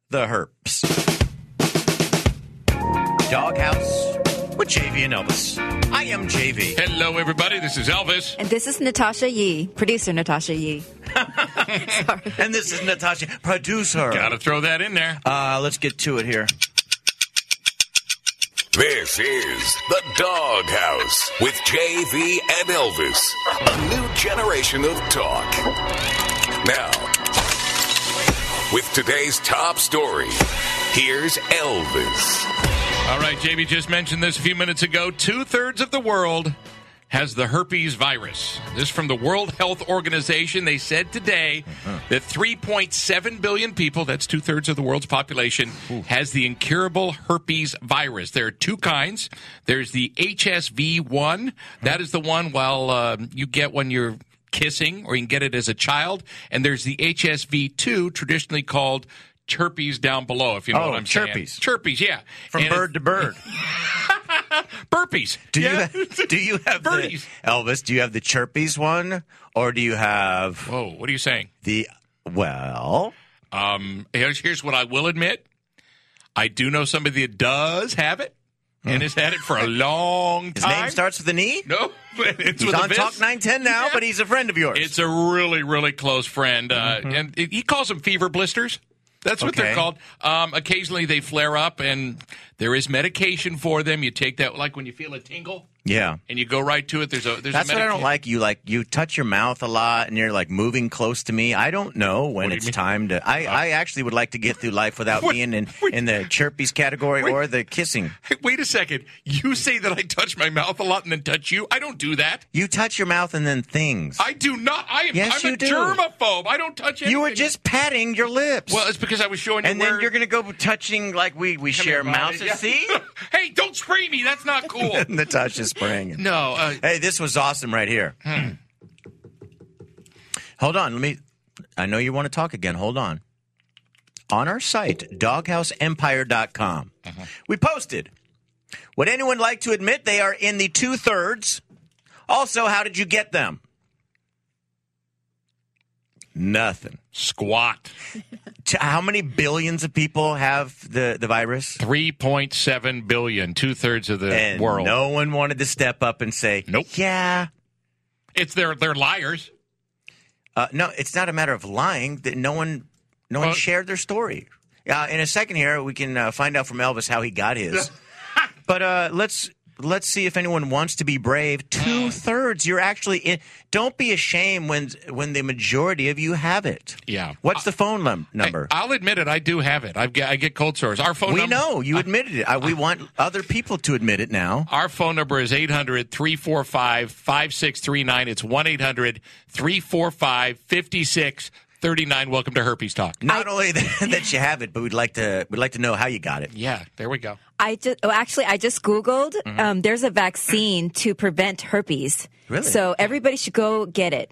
A: the herps. Doghouse with JV and Elvis. I am JV.
B: Hello, everybody. This is Elvis.
C: And this is Natasha Yee, producer Natasha Yee.
A: And this is Natasha, producer.
B: Got to throw that in there.
A: Uh, let's get to it here.
F: This is The Dog House with JV and Elvis, a new generation of talk. Now, with today's top story, here's Elvis.
B: All right, JB just mentioned this a few minutes ago. Two thirds of the world has the herpes virus. This from the World Health Organization. They said today
A: Uh-huh.
B: that 3.7 billion people, that's two thirds of the world's population, has the incurable herpes virus. There are two kinds. There's the HSV1.
A: Uh-huh.
B: That is the one, well, um, you get when you're kissing or you can get it as a child. And there's the HSV2, traditionally called chirpies down below, if you know
A: Oh,
B: what I'm
A: chirpies.
B: saying. Chirpies, yeah.
A: From
B: And
A: bird to bird.
B: it- burpees.
A: Do you
B: Yeah.
A: have, do you have the,
B: Birdies.
A: Elvis? Do you have the chirpies one, or do you have
B: Whoa, what are you saying?
A: the well?
B: Um, here's, here's what I will admit. I do know somebody that does have it and has had it for a long
A: His
B: time.
A: name starts with an E.
B: No, but it's
A: He's
B: with
A: on
B: a
A: Talk
B: Viz.
A: 910 now,
B: Yeah.
A: but he's a friend of yours.
B: It's a really, really close friend, uh, and it, he calls them fever blisters. That's what they're
A: Mm-hmm. Okay.
B: called. Um, occasionally, they flare up, and there is medication for them. You take that, like when you feel a tingle,
A: yeah.
B: and you go right to it. There's a there's
A: That's
B: a
A: what I don't
B: medica-
A: like. You like you touch your mouth a lot, and you're like moving close to me. I don't know when it's time to. I, I actually would like to get through life without
B: Uh, What-
A: being in,
B: what-
A: in the chirpies category
B: Wait.
A: or the kissing.
B: Hey, Wait a second. You say that I touch my mouth a lot and then touch you. I don't do that.
A: You touch your mouth and then things.
B: I do not. I am.
A: Yes,
B: I'm
A: you
B: a
A: do.
B: germaphobe. I don't touch. Anything.
A: you were just patting your lips.
B: Well, it's because I was showing you.
A: and then
B: where-
A: you're gonna go touching like we we
B: Come
A: share
B: here, buddy.
A: mouses.
B: Yeah.
A: See,
B: hey, don't spray me. That's not cool.
A: Natasha spraying.
B: no. Uh,
A: Hey, this was awesome right here.
B: Hmm.
A: Hold on, let me. I know you want to talk again. Hold on. On our site, doghouseempire.com,
B: Uh-huh.
A: we posted Would anyone like to admit they are in the two thirds? Also, how did you get them? Nothing.
B: squat.
A: T- How many billions of people have the, the virus?
B: Three point seven billion. Two thirds of the
A: And
B: world.
A: no one wanted to step up and say,
B: Nope.
A: Yeah,
B: It's they're they're liars.
A: Uh, no, it's not a matter of lying. That no one, no
B: Well-
A: one shared their story. Uh, in a second here, we can uh, find out from Elvis how he got his. but uh, let's let's see if anyone wants to be brave. Two thirds, you're actually in. Don't be ashamed when when the majority of you have it.
B: Yeah.
A: What's the phone num-
B: Hey,
A: number?
B: I'll admit it. I do have it. I've got, I get cold sores. Our phone.
A: we
B: number-
A: know you admitted it. I, we want other people to admit it now.
B: Our phone number is 800 345 5639. It's 1 800 345 5639. Welcome to Herpes Talk.
A: Not only that, that you have it, but we'd like to we'd like to know how you got it.
B: Yeah, there we go.
C: I just, oh, actually, I just Googled.
B: Mm-hmm.
C: Um, there's a vaccine to prevent herpes.
A: Really?
C: So everybody should go get it.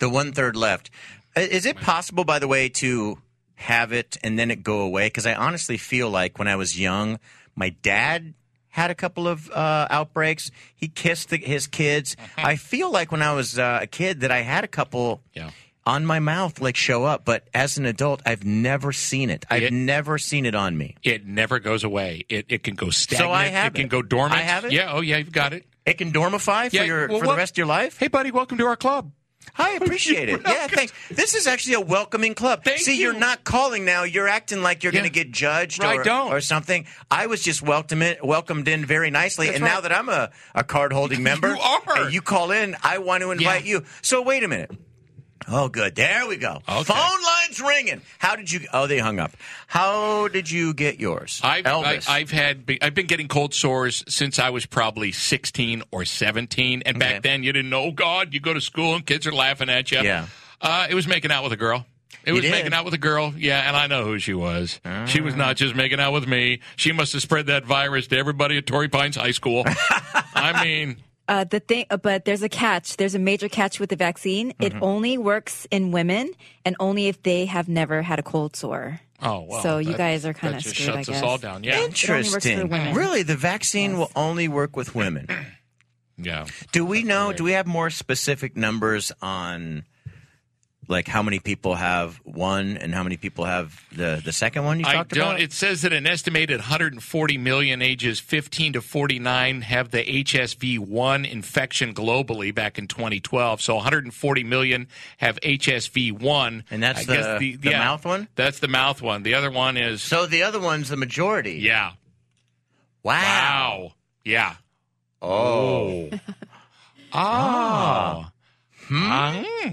A: The one third left. I- Is it possible, by the way, to have it and then it go away? Because I honestly feel like when I was young, my dad had a couple of uh, outbreaks. He kissed the, his kids. I feel like when I was uh, a kid that I had a couple.
B: Yeah.
A: On my mouth, like show up, but as an adult, I've never seen it. I've
B: It-
A: never seen it on me.
B: It never goes away. It, it can go stagnant.
A: I have
B: it can
A: it.
B: go dormant.
A: I have it?
B: Yeah, oh, yeah, you've got it.
A: It can dormify for
B: Yeah,
A: your
B: well,
A: for
B: what-
A: the rest of your life.
B: Hey, buddy, welcome to our club.
A: I appreciate it. Yeah, thanks. This is actually a welcoming club.
B: Thank
A: See,
B: you.
A: are not calling now. You're acting like you're
B: Yeah.
A: going to get judged
B: Right,
A: or,
B: don't.
A: or something. I was just welcomed in, welcomed in very nicely. and now that I'm a, a card holding member,
B: You are.
A: and you call in, I want to invite
B: Yeah.
A: you. So, wait a minute. Oh, good. There we go.
B: Okay.
A: Phone lines phone's ringing. How did you? Oh, they hung up. How did you get yours?
B: I've,
A: Elvis.
B: I, I've had be- I've been getting cold sores since I was probably 16 or 17, and
A: Okay.
B: back then you didn't know. Oh God, you go to school and kids are laughing at you.
A: Yeah.
B: uh, it was making out with a girl. It
A: You
B: was
A: did?
B: making out with a girl, yeah, and I know who she was. She was not just making out with me. She must have spread that virus to everybody at Torrey Pines High School. I mean,
C: Uh, the thing, uh, but there's a catch. There's a major catch with the vaccine. It
B: Mm-hmm.
C: only works in women, and only if they have never had a cold sore.
B: oh well.
C: so you
B: that-
C: guys are kind
B: that
C: of
B: just
C: screwed. I
B: shuts
C: guess.
B: us all down. Yeah,
C: only works for
A: Interesting.
C: women.
A: Really, the vaccine will only work with women.
B: yeah.
A: Do we know? Do we have more specific numbers on? Like how many people have one, and how many people have the the second one you
B: I
A: talked
B: don't.
A: about?
B: It says that an estimated 140 million ages 15 to 49 have the HSV1 infection globally back in 2012. So 140 million have HSV1,
A: And that's
B: I guess
A: the- the mouth one?
B: That's the mouth one. The other one is
A: so the other one's the majority.
B: yeah.
A: Wow.
B: Wow. Yeah.
A: Oh. Ah.
B: Oh. Ah.
A: Hmm.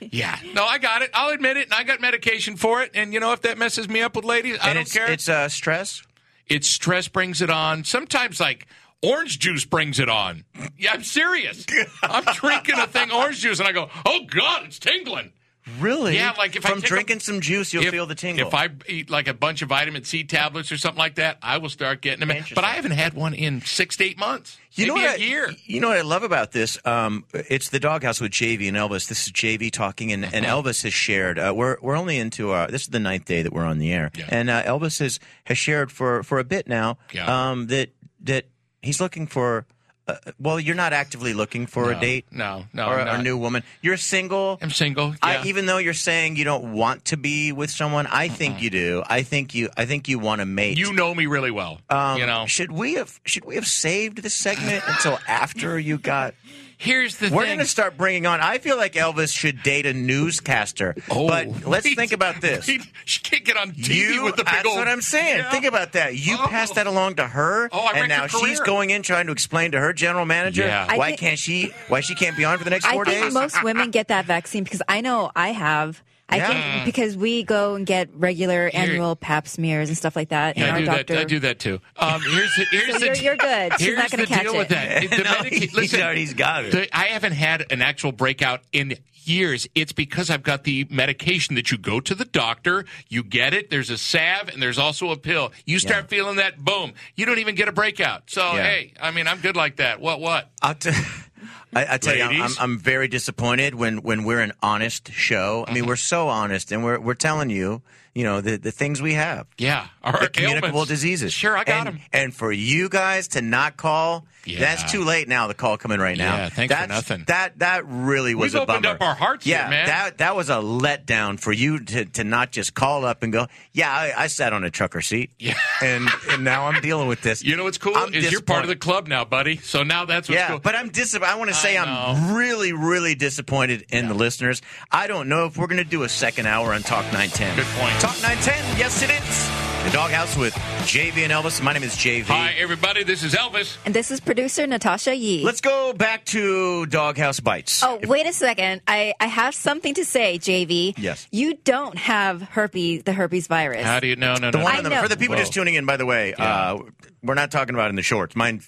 B: yeah. No, I got it. I'll admit it. And I got medication for it. And you know, if that messes me up with ladies, I
A: and
B: don't
A: it's
B: care.
A: it's uh, stress.
B: it's stress brings it on. Sometimes like orange juice brings it on. Yeah, I'm serious. I'm drinking a thing orange juice and I go, "Oh god, it's tingling."
A: Really?
B: Yeah, like if I
A: from
B: take a-
A: drinking some juice, you'll
B: If-
A: feel the tingle.
B: If I eat like a bunch of vitamin C tablets or something like that, I will start getting them. But
A: Interesting.
B: I haven't had one in 6 to 8 months.
A: You know
B: Maybe
A: what
B: a
A: I,
B: year.
A: You know what I love about this? Um, it's the doghouse with JV and Elvis. This is JV talking, and, and
B: Uh-huh.
A: Elvis has shared. Uh, we're we're only into uh, this is the ninth day that we're on the air,
B: Yeah.
A: and uh, Elvis has has shared for for a bit now
B: Yeah.
A: um, that that he's looking for. Uh, well, you're not actively looking for a
B: No,
A: date.
B: no, no,
A: or
B: I'm
A: a
B: not.
A: new woman. You're single.
B: I'm single. Yeah.
A: I, even though you're saying you don't want to be with someone, I think you do. I think you. I think you want to mate.
B: Uh-huh. you know me really well.
A: Um,
B: you know.
A: should we have should we have saved this segment until after you got?
B: Here's the
A: We're
B: thing.
A: going to start bringing on. I feel like Elvis should date a newscaster.
B: Oh.
A: but let's think about this.
B: She can't get on TV
A: You,
B: with the big
A: that's
B: old.
A: what I'm saying.
B: Yeah.
A: Think about that. You
B: Oh.
A: passed that along to her,
B: Oh, I
A: and
B: wrecked
A: now
B: her
A: she's
B: career.
A: going in trying to explain to her general manager
B: Yeah. I
A: why
C: think-
A: can't she why she can't be on for the next
C: I
A: four
C: think
A: days.
C: most women get that vaccine because I know I have. I
A: Yeah.
C: think because we go and get regular annual pap smears and stuff like that,
B: Yeah, I
C: and our
B: do
C: doctor.
B: that. I do that too. Um, here's the, here's
C: So
B: the,
C: you're- you're good. She's
B: here's
C: not gonna
B: the
C: catch
B: deal
C: it.
B: with that. The
A: No,
B: medica-
A: he's
B: listen,
A: already got it.
B: the- I haven't had an actual breakout in years. It's because I've got the medication that you go to the doctor, you get it. There's a salve and there's also a pill. You start feeling that, boom, you don't even get a breakout. So
A: Yeah.
B: hey, I mean, I'm good like that. What what?
A: I'll t- I, I tell you, I'm,
B: Ladies?
A: I'm very disappointed when, when we're an honest show. I
B: Uh-huh.
A: mean, we're so honest, and we're we're telling you, you know, the, the things we have,
B: Yeah, our
A: the communicable
B: ailments.
A: diseases.
B: Sure, I
A: and,
B: got them.
A: And for you guys to not call,
B: Yeah.
A: that's too late now. The call coming right now.
B: Yeah, thanks for
A: that's,
B: nothing.
A: That that really was
B: We've
A: a bummer.
B: opened up our hearts
A: yeah,
B: here, man.
A: That that was a letdown for you to, to not just call up and go. Yeah, I, I sat on a trucker seat.
B: Yeah.
A: and and now I'm dealing with this.
B: You know what's cool
A: I'm
B: is you're part of the
A: disappointed.
B: club now, buddy. So now that's what's
A: Yeah,
B: cool.
A: but I'm dis- I want to say
B: I
A: I'm really, really disappointed in the listeners. I don't know if we're going to do a second hour on Talk 910.
B: Good point.
A: Talk 910. Yes, it is. The Doghouse with JV and Elvis. My name is JV.
B: Hi, everybody. This is Elvis.
C: and this is producer Natasha Yee.
A: Let's go back to Doghouse Bites.
C: Oh, wait a second. I, I have something to say, JV.
A: Yes.
C: You don't have herpes, the herpes virus.
B: How do you know? No,
A: The
B: no.
A: one
C: I
A: on the-
C: know.
A: for the people
B: Whoa.
A: just tuning in, by the way, uh, we're not talking about in the shorts. Mine,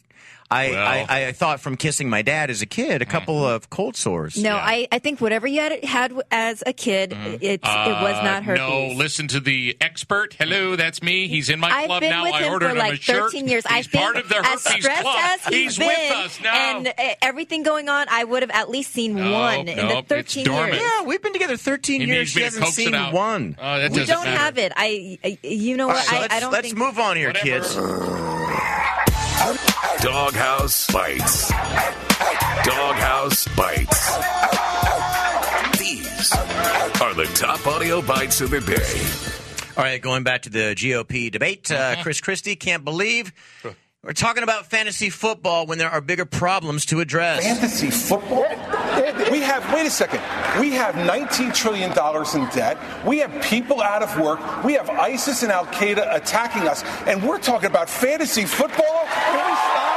A: I,
B: Well. Mm.
A: I, I thought from kissing my dad as a kid, a couple of cold sores.
C: No, I, I think whatever you had, had as a kid, it's, it was not herpes.
B: Mm-hmm. Uh, No, listen to the expert. Hello, that's me. He's in my
C: I've
B: club
C: been
B: now.
C: with
B: I
C: him
B: ordered
C: for
B: him
C: like
B: a shirt.
C: 13 years.
B: He's
C: I've been
B: part of the
C: as
B: herpes
C: stressed
B: club.
C: as he's been,
B: with us now.
C: and uh, everything going on, I would have at least seen
B: Nope,
C: one in the
B: nope, it's
C: 13
B: dormant.
C: years.
A: Yeah, we've been together 13
B: he
A: years.
B: needs
A: She
B: me to
A: hasn't
B: coax
A: seen
B: it out.
A: one.
B: Oh, that
C: We
B: doesn't
C: don't
B: matter.
C: have it. I, I you
A: All
C: know what?
A: right, so
C: I,
A: let's
C: I don't
A: let's
C: think
A: move on here,
B: Whatever.
A: kids.
F: Doghouse Bites. Doghouse Bites. These are the top audio bites of the day.
A: All right, going back to the GOP debate,
B: Mm-hmm.
A: uh, Chris Christie can't believe we're talking about fantasy football when there are bigger problems to address.
K: Fantasy football? We have, wait a second, we have $19 trillion in debt. We have people out of work. We have ISIS and Al Qaeda attacking us. And we're talking about fantasy football? Can we stop?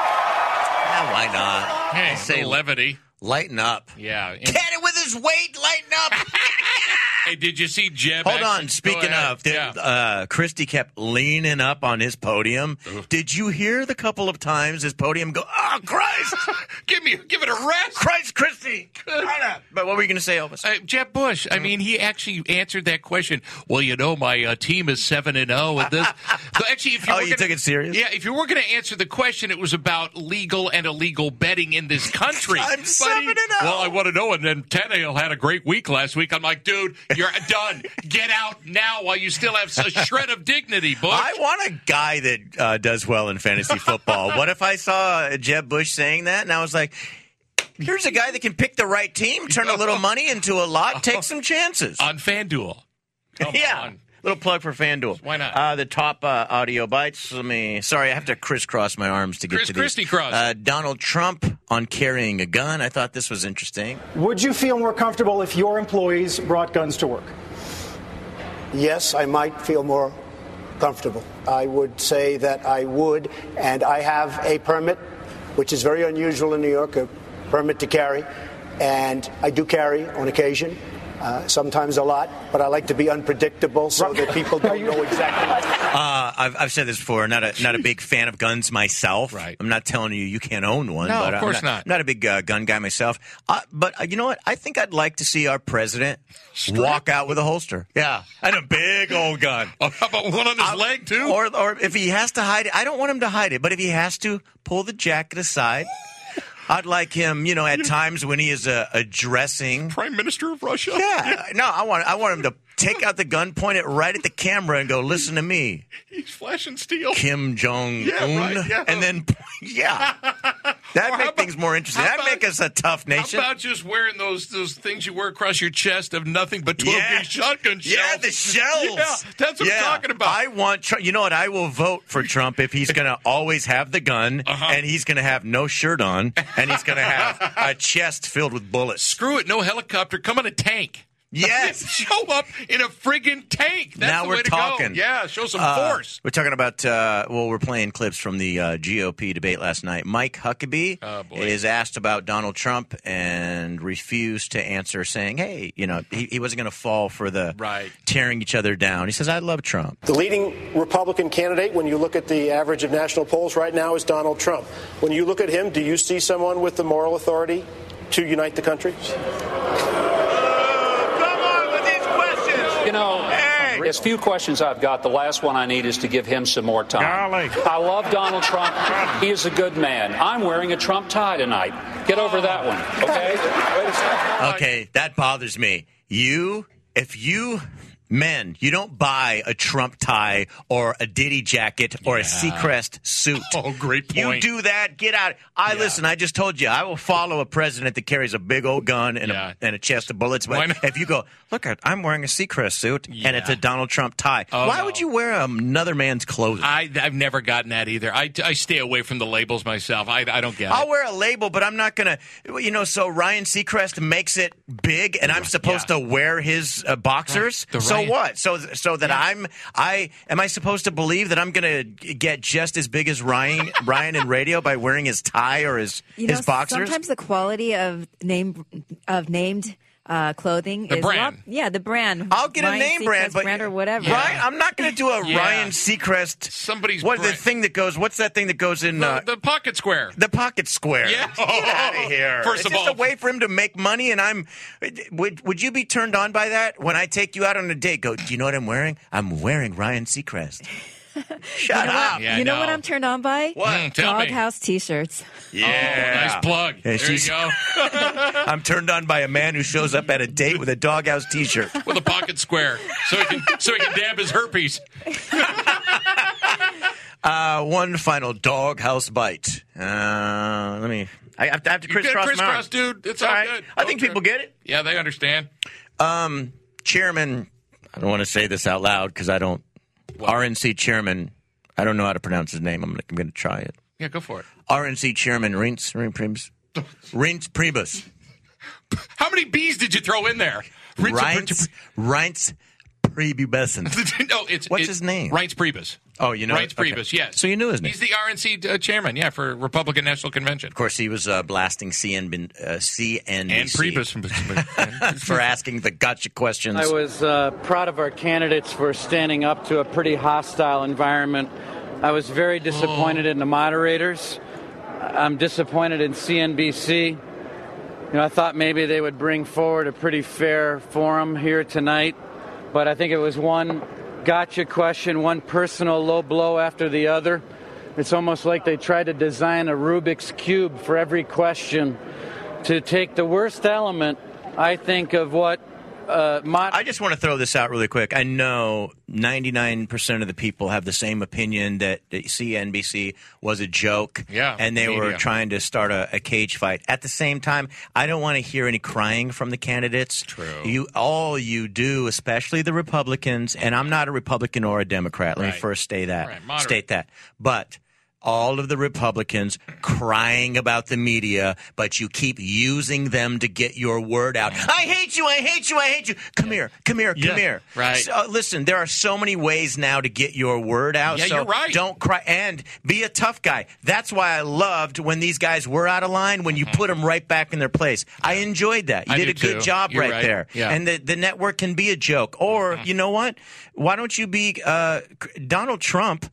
A: Yeah, why not?
B: Hey,
A: say
B: say levity.
A: lighten up.
B: Yeah.
A: Get it with his weight, lighten up.
B: Hey, did you see Jeb?
A: Hold
B: actually-
A: on. Speaking
B: Go ahead.
A: of, did,
B: Yeah.
A: uh, Christie kept leaning up on his podium. Did you hear the couple of times his podium go, oh, Christ!
B: give me, give it a rest.
A: Christ, Christie! But what were you going to say, Elvis?
B: Uh, Jeb Bush. I mean, he actually answered that question. Well, you know, my uh, team is seven and zero, and this. So actually, if you
A: Oh,
B: were
A: you
B: gonna-
A: took it serious?
B: Yeah, if you were going to answer the question, it was about legal and illegal betting in this country.
A: I'm oh.
B: But he-
A: 7-0.
B: Well, I want to know. And then Tannehill had a great week last week. I'm like, dude, you're done. Get out now while you still have a shred of dignity, Bush.
A: I want a guy that uh, does well in fantasy football. what if I saw uh, Jeb Bush saying that and I was like, here's a guy that can pick the right team, turn a little money into a lot, take some chances.
B: on FanDuel. Come
A: yeah.
B: on.
A: Little plug for FanDuel.
B: Why not?
A: Uh, the top uh, audio bites. Let me. Sorry, I have to crisscross my arms to get
B: Chris
A: to these.
B: Christie cross.
A: Uh, Donald Trump on carrying a gun. I thought this was interesting.
L: Would you feel more comfortable if your employees brought guns to work?
M: Yes, I might feel more comfortable. I would say that I would, and I have a permit, which is very unusual in New York, a permit to carry, and I do carry on occasion. Uh, sometimes a lot, but I like to be unpredictable so that people don't know exactly.
A: Uh, I've, I've said this before. Not a not a big fan of guns myself. Right. I'm not telling you you can't own one.
B: No,
A: but
B: of
A: I'm
B: course
A: not,
B: not.
A: I'm not a big uh, gun guy myself. Uh, but uh, you know what? I think I'd like to see our president walk out with a holster. Yeah, and a big old gun.
B: Oh, how about one on his leg too?
A: Um, Or or if he has to hide it, I don't want him to hide it. But if he has to, pull the jacket aside. I'd like him, you know, at times when he is uh, addressing
B: Prime Minister of Russia.
A: yeah. No, I want I want him to take out the gun, point it right at the camera, and go, "Listen to me,
B: He's flashing steel.
A: Kim Jong Un,"
B: Yeah, right, yeah.
A: and then yeah, that make things more interesting.
B: how
A: That
B: about-
A: make us a tough nation.
B: How about just wearing those those things you wear across your chest of nothing but twelve
A: Yeah.
B: gauge shotgun shells?
A: yeah, the shells.
B: Yeah, that's what
A: Yeah.
B: I'm talking about.
A: I want Trump. You know what? I will vote for Trump if he's going to always have the gun
B: Uh-huh.
A: and he's going to have no shirt on and he's going to have a chest filled with bullets.
B: Screw it, no helicopter. Come on a tank.
A: Yes.
B: show up in a friggin' tank. That's
A: now
B: the
A: we're
B: way to
A: talking.
B: Go. Yeah, show some
A: Uh,
B: force.
A: We're talking about. Uh, well, we're playing clips from the uh, GOP debate last night. Mike Huckabee
B: Oh, boy.
A: is asked about Donald Trump and refused to answer, saying, "Hey, you know, he, he wasn't going to fall for the
B: Right.
A: tearing each other down." He says, "I love Trump."
N: The leading Republican candidate, when you look at the average of national polls right now, is Donald Trump. When you look at him, do you see someone with the moral authority to unite the country?
O: You know, as few questions I've got, the last one I need is to give him some more time. I love Donald Trump. He is a good man. I'm wearing a Trump tie tonight. Get over that one, okay?
A: Okay, that bothers me. You, if you. Men, you don't buy a Trump tie or a Diddy jacket or a Seacrest suit.
B: Oh, great
A: You
B: point.
A: do that, get out. I listen. I just told you, I will follow a president that carries a big old gun and,
B: Yeah.
A: a, and a chest of bullets.
B: Why
A: But
B: not?
A: if you go, look, I- I'm wearing a Seacrest suit and it's
B: Yeah.
A: a Donald Trump tie.
B: Oh,
A: Why
B: no.
A: would you wear another man's clothing? I-
B: I, I've never gotten that either. I, I stay away from the labels myself. I, I don't get
A: will
B: it.
A: wear a label, but I'm not gonna. You know, so Ryan Seacrest makes it big, and I'm supposed to wear his uh, boxers.
B: Right.
A: So
B: The Ryan-
A: what? So so that I'm I am I supposed to believe that I'm gonna get just as big as Ryan Ryan in radio by wearing his tie or his
C: You know,
A: his boxers?
C: sometimes the quality of name of named uh, clothing
B: The
C: is
B: brand.
C: not- yeah, the brand.
A: I'll get
C: Ryan
A: a name brand,
C: Seacrest
A: but
C: brand or whatever.
A: Ryan, I'm not going to do a
B: Yeah.
A: Ryan Seacrest.
B: Somebody's
A: what the
B: brand.
A: thing that goes? What's that thing that goes in uh,
B: the, the pocket square.
A: the pocket square?
B: Yeah.
A: get out of here.
B: First
A: it's
B: of
A: just
B: all-
A: a way for him to make money, and I'm. Would would you be turned on by that when I take you out on a date? Go. Do you know what I'm wearing? I'm wearing Ryan Seacrest. Shut
C: You know
A: up.
C: what-
B: Yeah,
C: you know
B: no.
C: what I'm turned on by?
A: What?
B: Mm, tell me. Oh,
C: Doghouse T-shirts.
A: Yeah.
B: Nice plug.
A: Yeah,
B: there you
A: she's-
B: go.
A: I'm turned on by a man who shows up at a date with a doghouse T-shirt.
B: With a pocket square, so he can so he can dab his herpes.
A: Uh, one final doghouse bite. Uh, let me. I have to, I have to
B: You get a
A: crisscross, my
B: crisscross,
A: arms.
B: dude. It's
A: All
B: all
A: right.
B: good.
A: I think
B: Okay.
A: people get it.
B: Yeah, they understand.
A: Um, chairman, I don't want to say this out loud because I don't. RNC chairman, I don't know how to pronounce his name. I'm, gonna- I'm going to try it.
B: Yeah, go for it.
A: RNC chairman Rince Rince Priebus. Rince Priebus.
B: How many bees did you throw in there? Rinse-
A: Rince Rince Prepubescent.
B: no, it's
A: What's
B: it-
A: his name?
B: Reince Priebus.
A: Oh, you know
B: Reince
A: it? Okay.
B: Priebus. Yes.
A: So you knew his name.
B: He's the RNC uh, chairman. Yeah, for Republican National Convention.
A: Of course, he was uh, blasting CN, uh, CNBC
B: And Priebus
A: for asking the gotcha questions.
P: I was uh, proud of our candidates for standing up to a pretty hostile environment. I was very disappointed in the moderators. I'm disappointed in CNBC. You know, I thought maybe they would bring forward a pretty fair forum here tonight, but I think it was one gotcha question, one personal low blow after the other. It's almost like they tried to design a Rubik's Cube for every question to take the worst element, I think, of what uh, mod-
A: I just want to throw this out really quick. I know 99% of the people have the same opinion that that CNBC was a joke.
B: Yeah,
A: And they were
B: media.
A: trying to start a, a cage fight. At the same time, I don't want to hear any crying from the candidates. True. You all you do, especially the Republicans, and I'm not a Republican or a Democrat. Let me
B: Right.
A: first say that.
B: Right, moderate.
A: state that. But all of the Republicans crying about the media, but you keep using them to get your word out. I hate you. I hate you. I hate you. Come here. Come here. Come
B: Mm-hmm. Yeah,
A: here.
B: right.
A: So, uh, listen, there are so many ways now to get your word out.
B: Yeah,
A: so
B: you're right.
A: Don't cry and be a tough guy. That's why I loved when these guys were out of line when you put them right back in their place. I enjoyed that. You
B: Mm-hmm. I
A: did a
B: do
A: good
B: too.
A: job
B: You're
A: right,
B: right.
A: there.
B: Yeah. Mm-hmm.
A: And the, the network can be a joke. Or, you know what? Why don't you be uh, C- Donald Trump?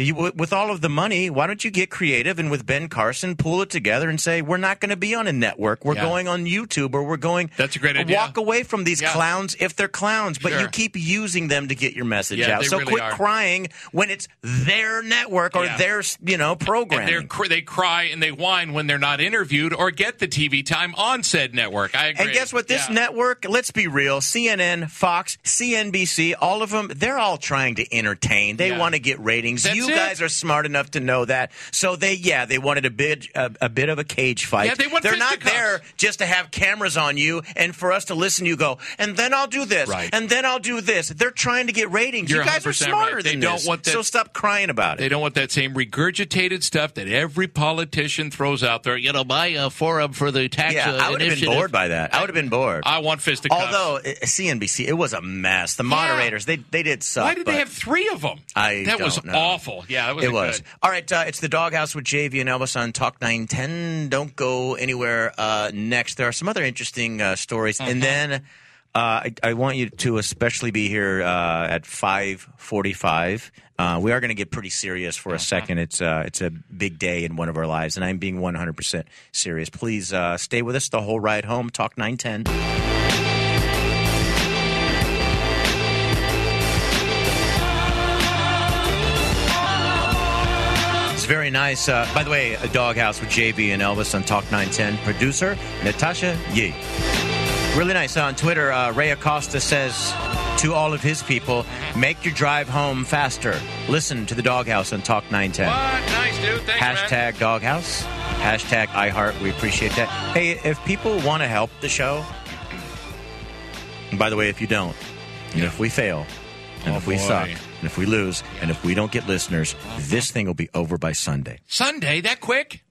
A: You, with with all of the money, why don't you get creative and with Ben Carson pull it together and say we're not going to be on a network, we're
B: Yeah.
A: going on YouTube or we're going.
B: That's a great idea.
A: Walk away from these
B: Yeah.
A: clowns if they're clowns, but you
B: Sure.
A: keep using them to get your message
B: Yeah,
A: out.
B: they
A: So
B: really
A: quit
B: are.
A: crying when it's their network or
B: Yeah.
A: their you know
B: And
A: programming.
B: they're, cr- they cry and they whine when they're not interviewed or get the TV time on said network. I agree.
A: And guess what? This
B: Yeah.
A: network, let's be real, CNN, Fox, CNBC, all of them, they're all trying to entertain. They
B: Yeah.
A: want to get ratings.
B: That's
A: you
B: it.
A: guys are smart enough to know that. So they, yeah, they wanted a bit, a, a bit of a cage fight.
B: Yeah, they want
A: are not
B: fisticuffs.
A: there just to have cameras on you and for us to listen to you go, and then I'll do this,
B: Right.
A: and then I'll do this. They're trying to get ratings.
B: You're
A: you guys are
B: 100%
A: smarter
B: right. They
A: than
B: don't
A: this.
B: want that-
A: So stop crying about it.
B: They don't want that same regurgitated stuff that every politician throws out there. You know, my uh, forum for the tax
A: yeah,
B: uh,
A: I would have been
B: initiative.
A: bored by that. I would have been bored.
B: I want fisticuffs.
A: Although uh, CNBC, it was a mess. The moderators, they they did suck.
B: why did
A: Uh, but-
B: they have three of them?
A: I
B: that was
A: don't know.
B: awful. Yeah, it was.
A: It was. All right, uh, it's the Doghouse with JV and Elvis on Talk 910. Don't go anywhere uh, next. There are some other interesting uh, stories. And then uh, I, I want you to especially be here uh, at 545. Uh, we are going to get pretty serious for a second. It's uh, it's a big day in one of our lives, and I'm being 100% serious. Please uh, stay with us the whole ride home. Talk 910. It's very nice. Uh, by the way, a doghouse with JB and Elvis on Talk 910. Producer Natasha Yee. Really nice. On Twitter, uh, Ray Acosta says to all of his people, make your drive home faster. Listen to the doghouse on Talk 910.
B: What? Nice, dude. Thanks, man.
A: Hashtag doghouse. Hashtag iHeart. We appreciate that. Hey, if people want to help the show, and by the way, if you don't, and if we fail, and
B: Oh,
A: if we
B: boy.
A: suck, and if we lose, and if we don't get listeners, this thing will be over by Sunday.
B: Sunday that quick.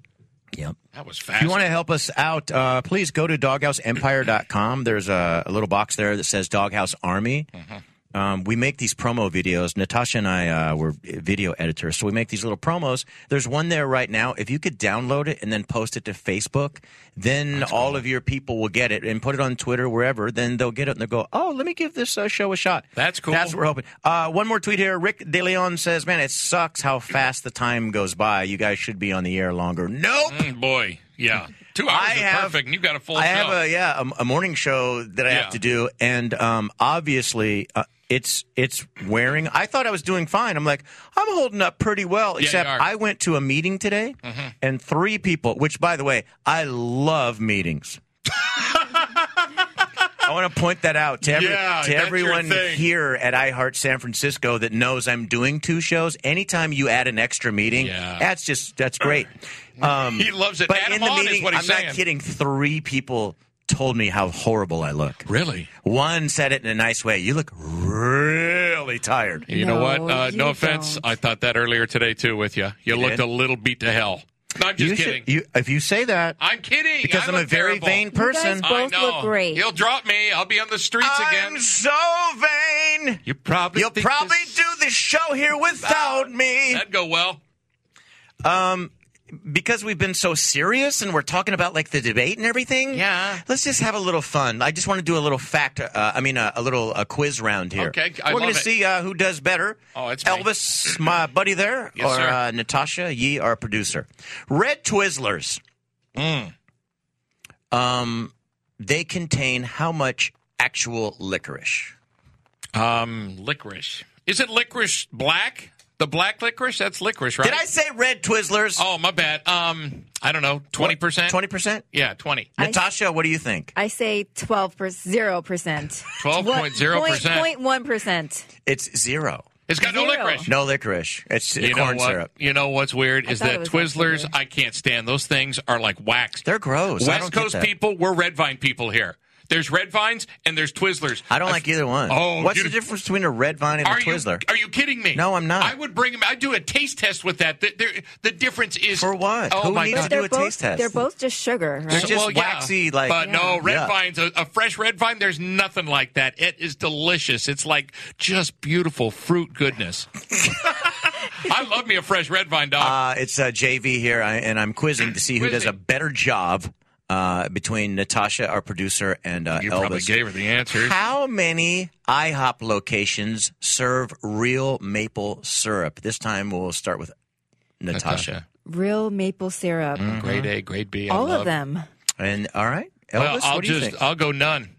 A: Yep.
B: That was
A: If
B: fast.
A: you want to help us out, uh, please go to doghouseempire.com. There's a, a little box there that says Doghouse Army.
B: Mm-hmm.
A: Um, we make these promo videos. Natasha and I uh, were video editors, so we make these little promos. There's one there right now. If you could download it and then post it to Facebook, then all of your people will get it and put it on Twitter, wherever. Then they'll get it and they'll go, oh, let me give this uh, show a shot.
B: That's cool.
A: That's what we're hoping. Uh, one more tweet here. Rick DeLeon says, man, it sucks how fast the time goes by. You guys should be on the air longer. Nope.
B: Mm, boy, yeah, two hours
A: I
B: is
A: have-
B: perfect, and you got a full
A: I
B: show.
A: have a yeah a, a morning show that I
B: Yeah.
A: have to do, and um, obviously uh, it's it's wearing. I thought I was doing fine. I'm like I'm holding up pretty well,
B: you
A: except
B: are. Mm-hmm.
A: I went to a meeting today, and three people. Which, by the way, I love meetings. I want to point that out to, every,
B: Yeah,
A: to
B: that's your
A: everyone
B: thing.
A: here at iHeart San Francisco that knows I'm doing two shows. Anytime you add an extra meeting,
B: Yeah.
A: that's just that's great. Um,
B: He loves it.
A: But
B: Add
A: in
B: 'em
A: the
B: on is
A: meeting,
B: what he's
A: I'm
B: saying.
A: not kidding. Three people told me how horrible I look.
B: really.
A: One said it in a nice way. You look really tired.
B: You know what?
C: No,
B: Uh,
C: you
B: no offense.
C: don't.
B: I thought that earlier today too with you.
A: You
B: You, looked
A: did?
B: a little beat to hell. No, I'm just
A: You should-
B: kidding.
A: you- if you say that,
B: I'm kidding.
A: because I'm,
B: look
A: a very
B: terrible. Uh,
A: vain
C: You guys
A: person.
C: both
B: I know.
C: look great.
B: He'll drop me. I'll be on the streets
A: I'm
B: again.
A: so vain. Gene.
B: You Uh, probably
A: you'll probably do the show here without me.
B: That'd go well.
A: Um, because we've been so serious and we're talking about like the debate and everything.
B: Yeah.
A: Let's just have a little fun. I just want to do a little fact. Uh, I mean, a, a little uh quiz round here.
B: Okay, I
A: we're
B: love
A: gonna
B: it.
A: see uh, who does better.
B: Oh, it's me.
A: Elvis, my buddy there,
B: Yes,
A: or
B: sir.
A: Uh, Natasha Yee, our producer. Red Twizzlers.
B: Mm.
A: Um, they contain how much actual licorice?
B: Um, licorice. Is it licorice black? The black licorice? That's licorice, right?
A: Did I say red Twizzlers?
B: Oh, my bad. Um, I don't know. 20%?
A: 20%?
B: Yeah, 20.
A: Natasha, what do you think?
C: I say 12 per, 0%.
A: 12.0%.
C: 0.1%.
A: It's zero.
B: It's got no
C: Zero.
B: licorice.
A: No licorice. It's
B: You know
A: corn
B: what?
A: syrup.
B: You know what's weird is
C: thought
B: that
C: it was
B: Twizzlers. I can't stand those things. Are like wax.
A: They're gross. I don't
B: West
A: get
B: Coast
A: that.
B: people. We're red vine people here. There's red vines and there's Twizzlers.
A: I don't like either one.
B: Oh,
A: what's
B: you-
A: the difference between a red vine and
B: Are
A: a
B: you,
A: Twizzler?
B: are you kidding me?
A: No, I'm not.
B: I would bring them. I do a taste test with that. The, the, the difference is
A: For what?
B: Oh
A: Who
B: my
A: needs
B: god.
A: to do
C: They're
A: a
C: both,
A: taste test?
C: They're both just sugar, right?
A: They're just
B: Well, yeah.
A: waxy, like.
B: but no red
A: Yeah.
B: vines. A, a fresh red vine. There's nothing like that. It is delicious. It's like just beautiful fruit goodness. I love me a fresh red vine, dog.
A: Uh, it's uh, JV here, I, and I'm quizzing to see who does a better job uh, between Natasha, our producer, and uh,
B: you
A: Elvis.
B: probably gave her the answers.
A: How many IHOP locations serve real maple syrup? This time we'll start with Natasha.
C: Real maple syrup.
A: Mm.
B: Grade A, grade B. I
C: All
B: love.
C: of them.
A: And all right, Elvis,
B: Well, I'll
A: what do you
B: just
A: think?
B: I'll go none.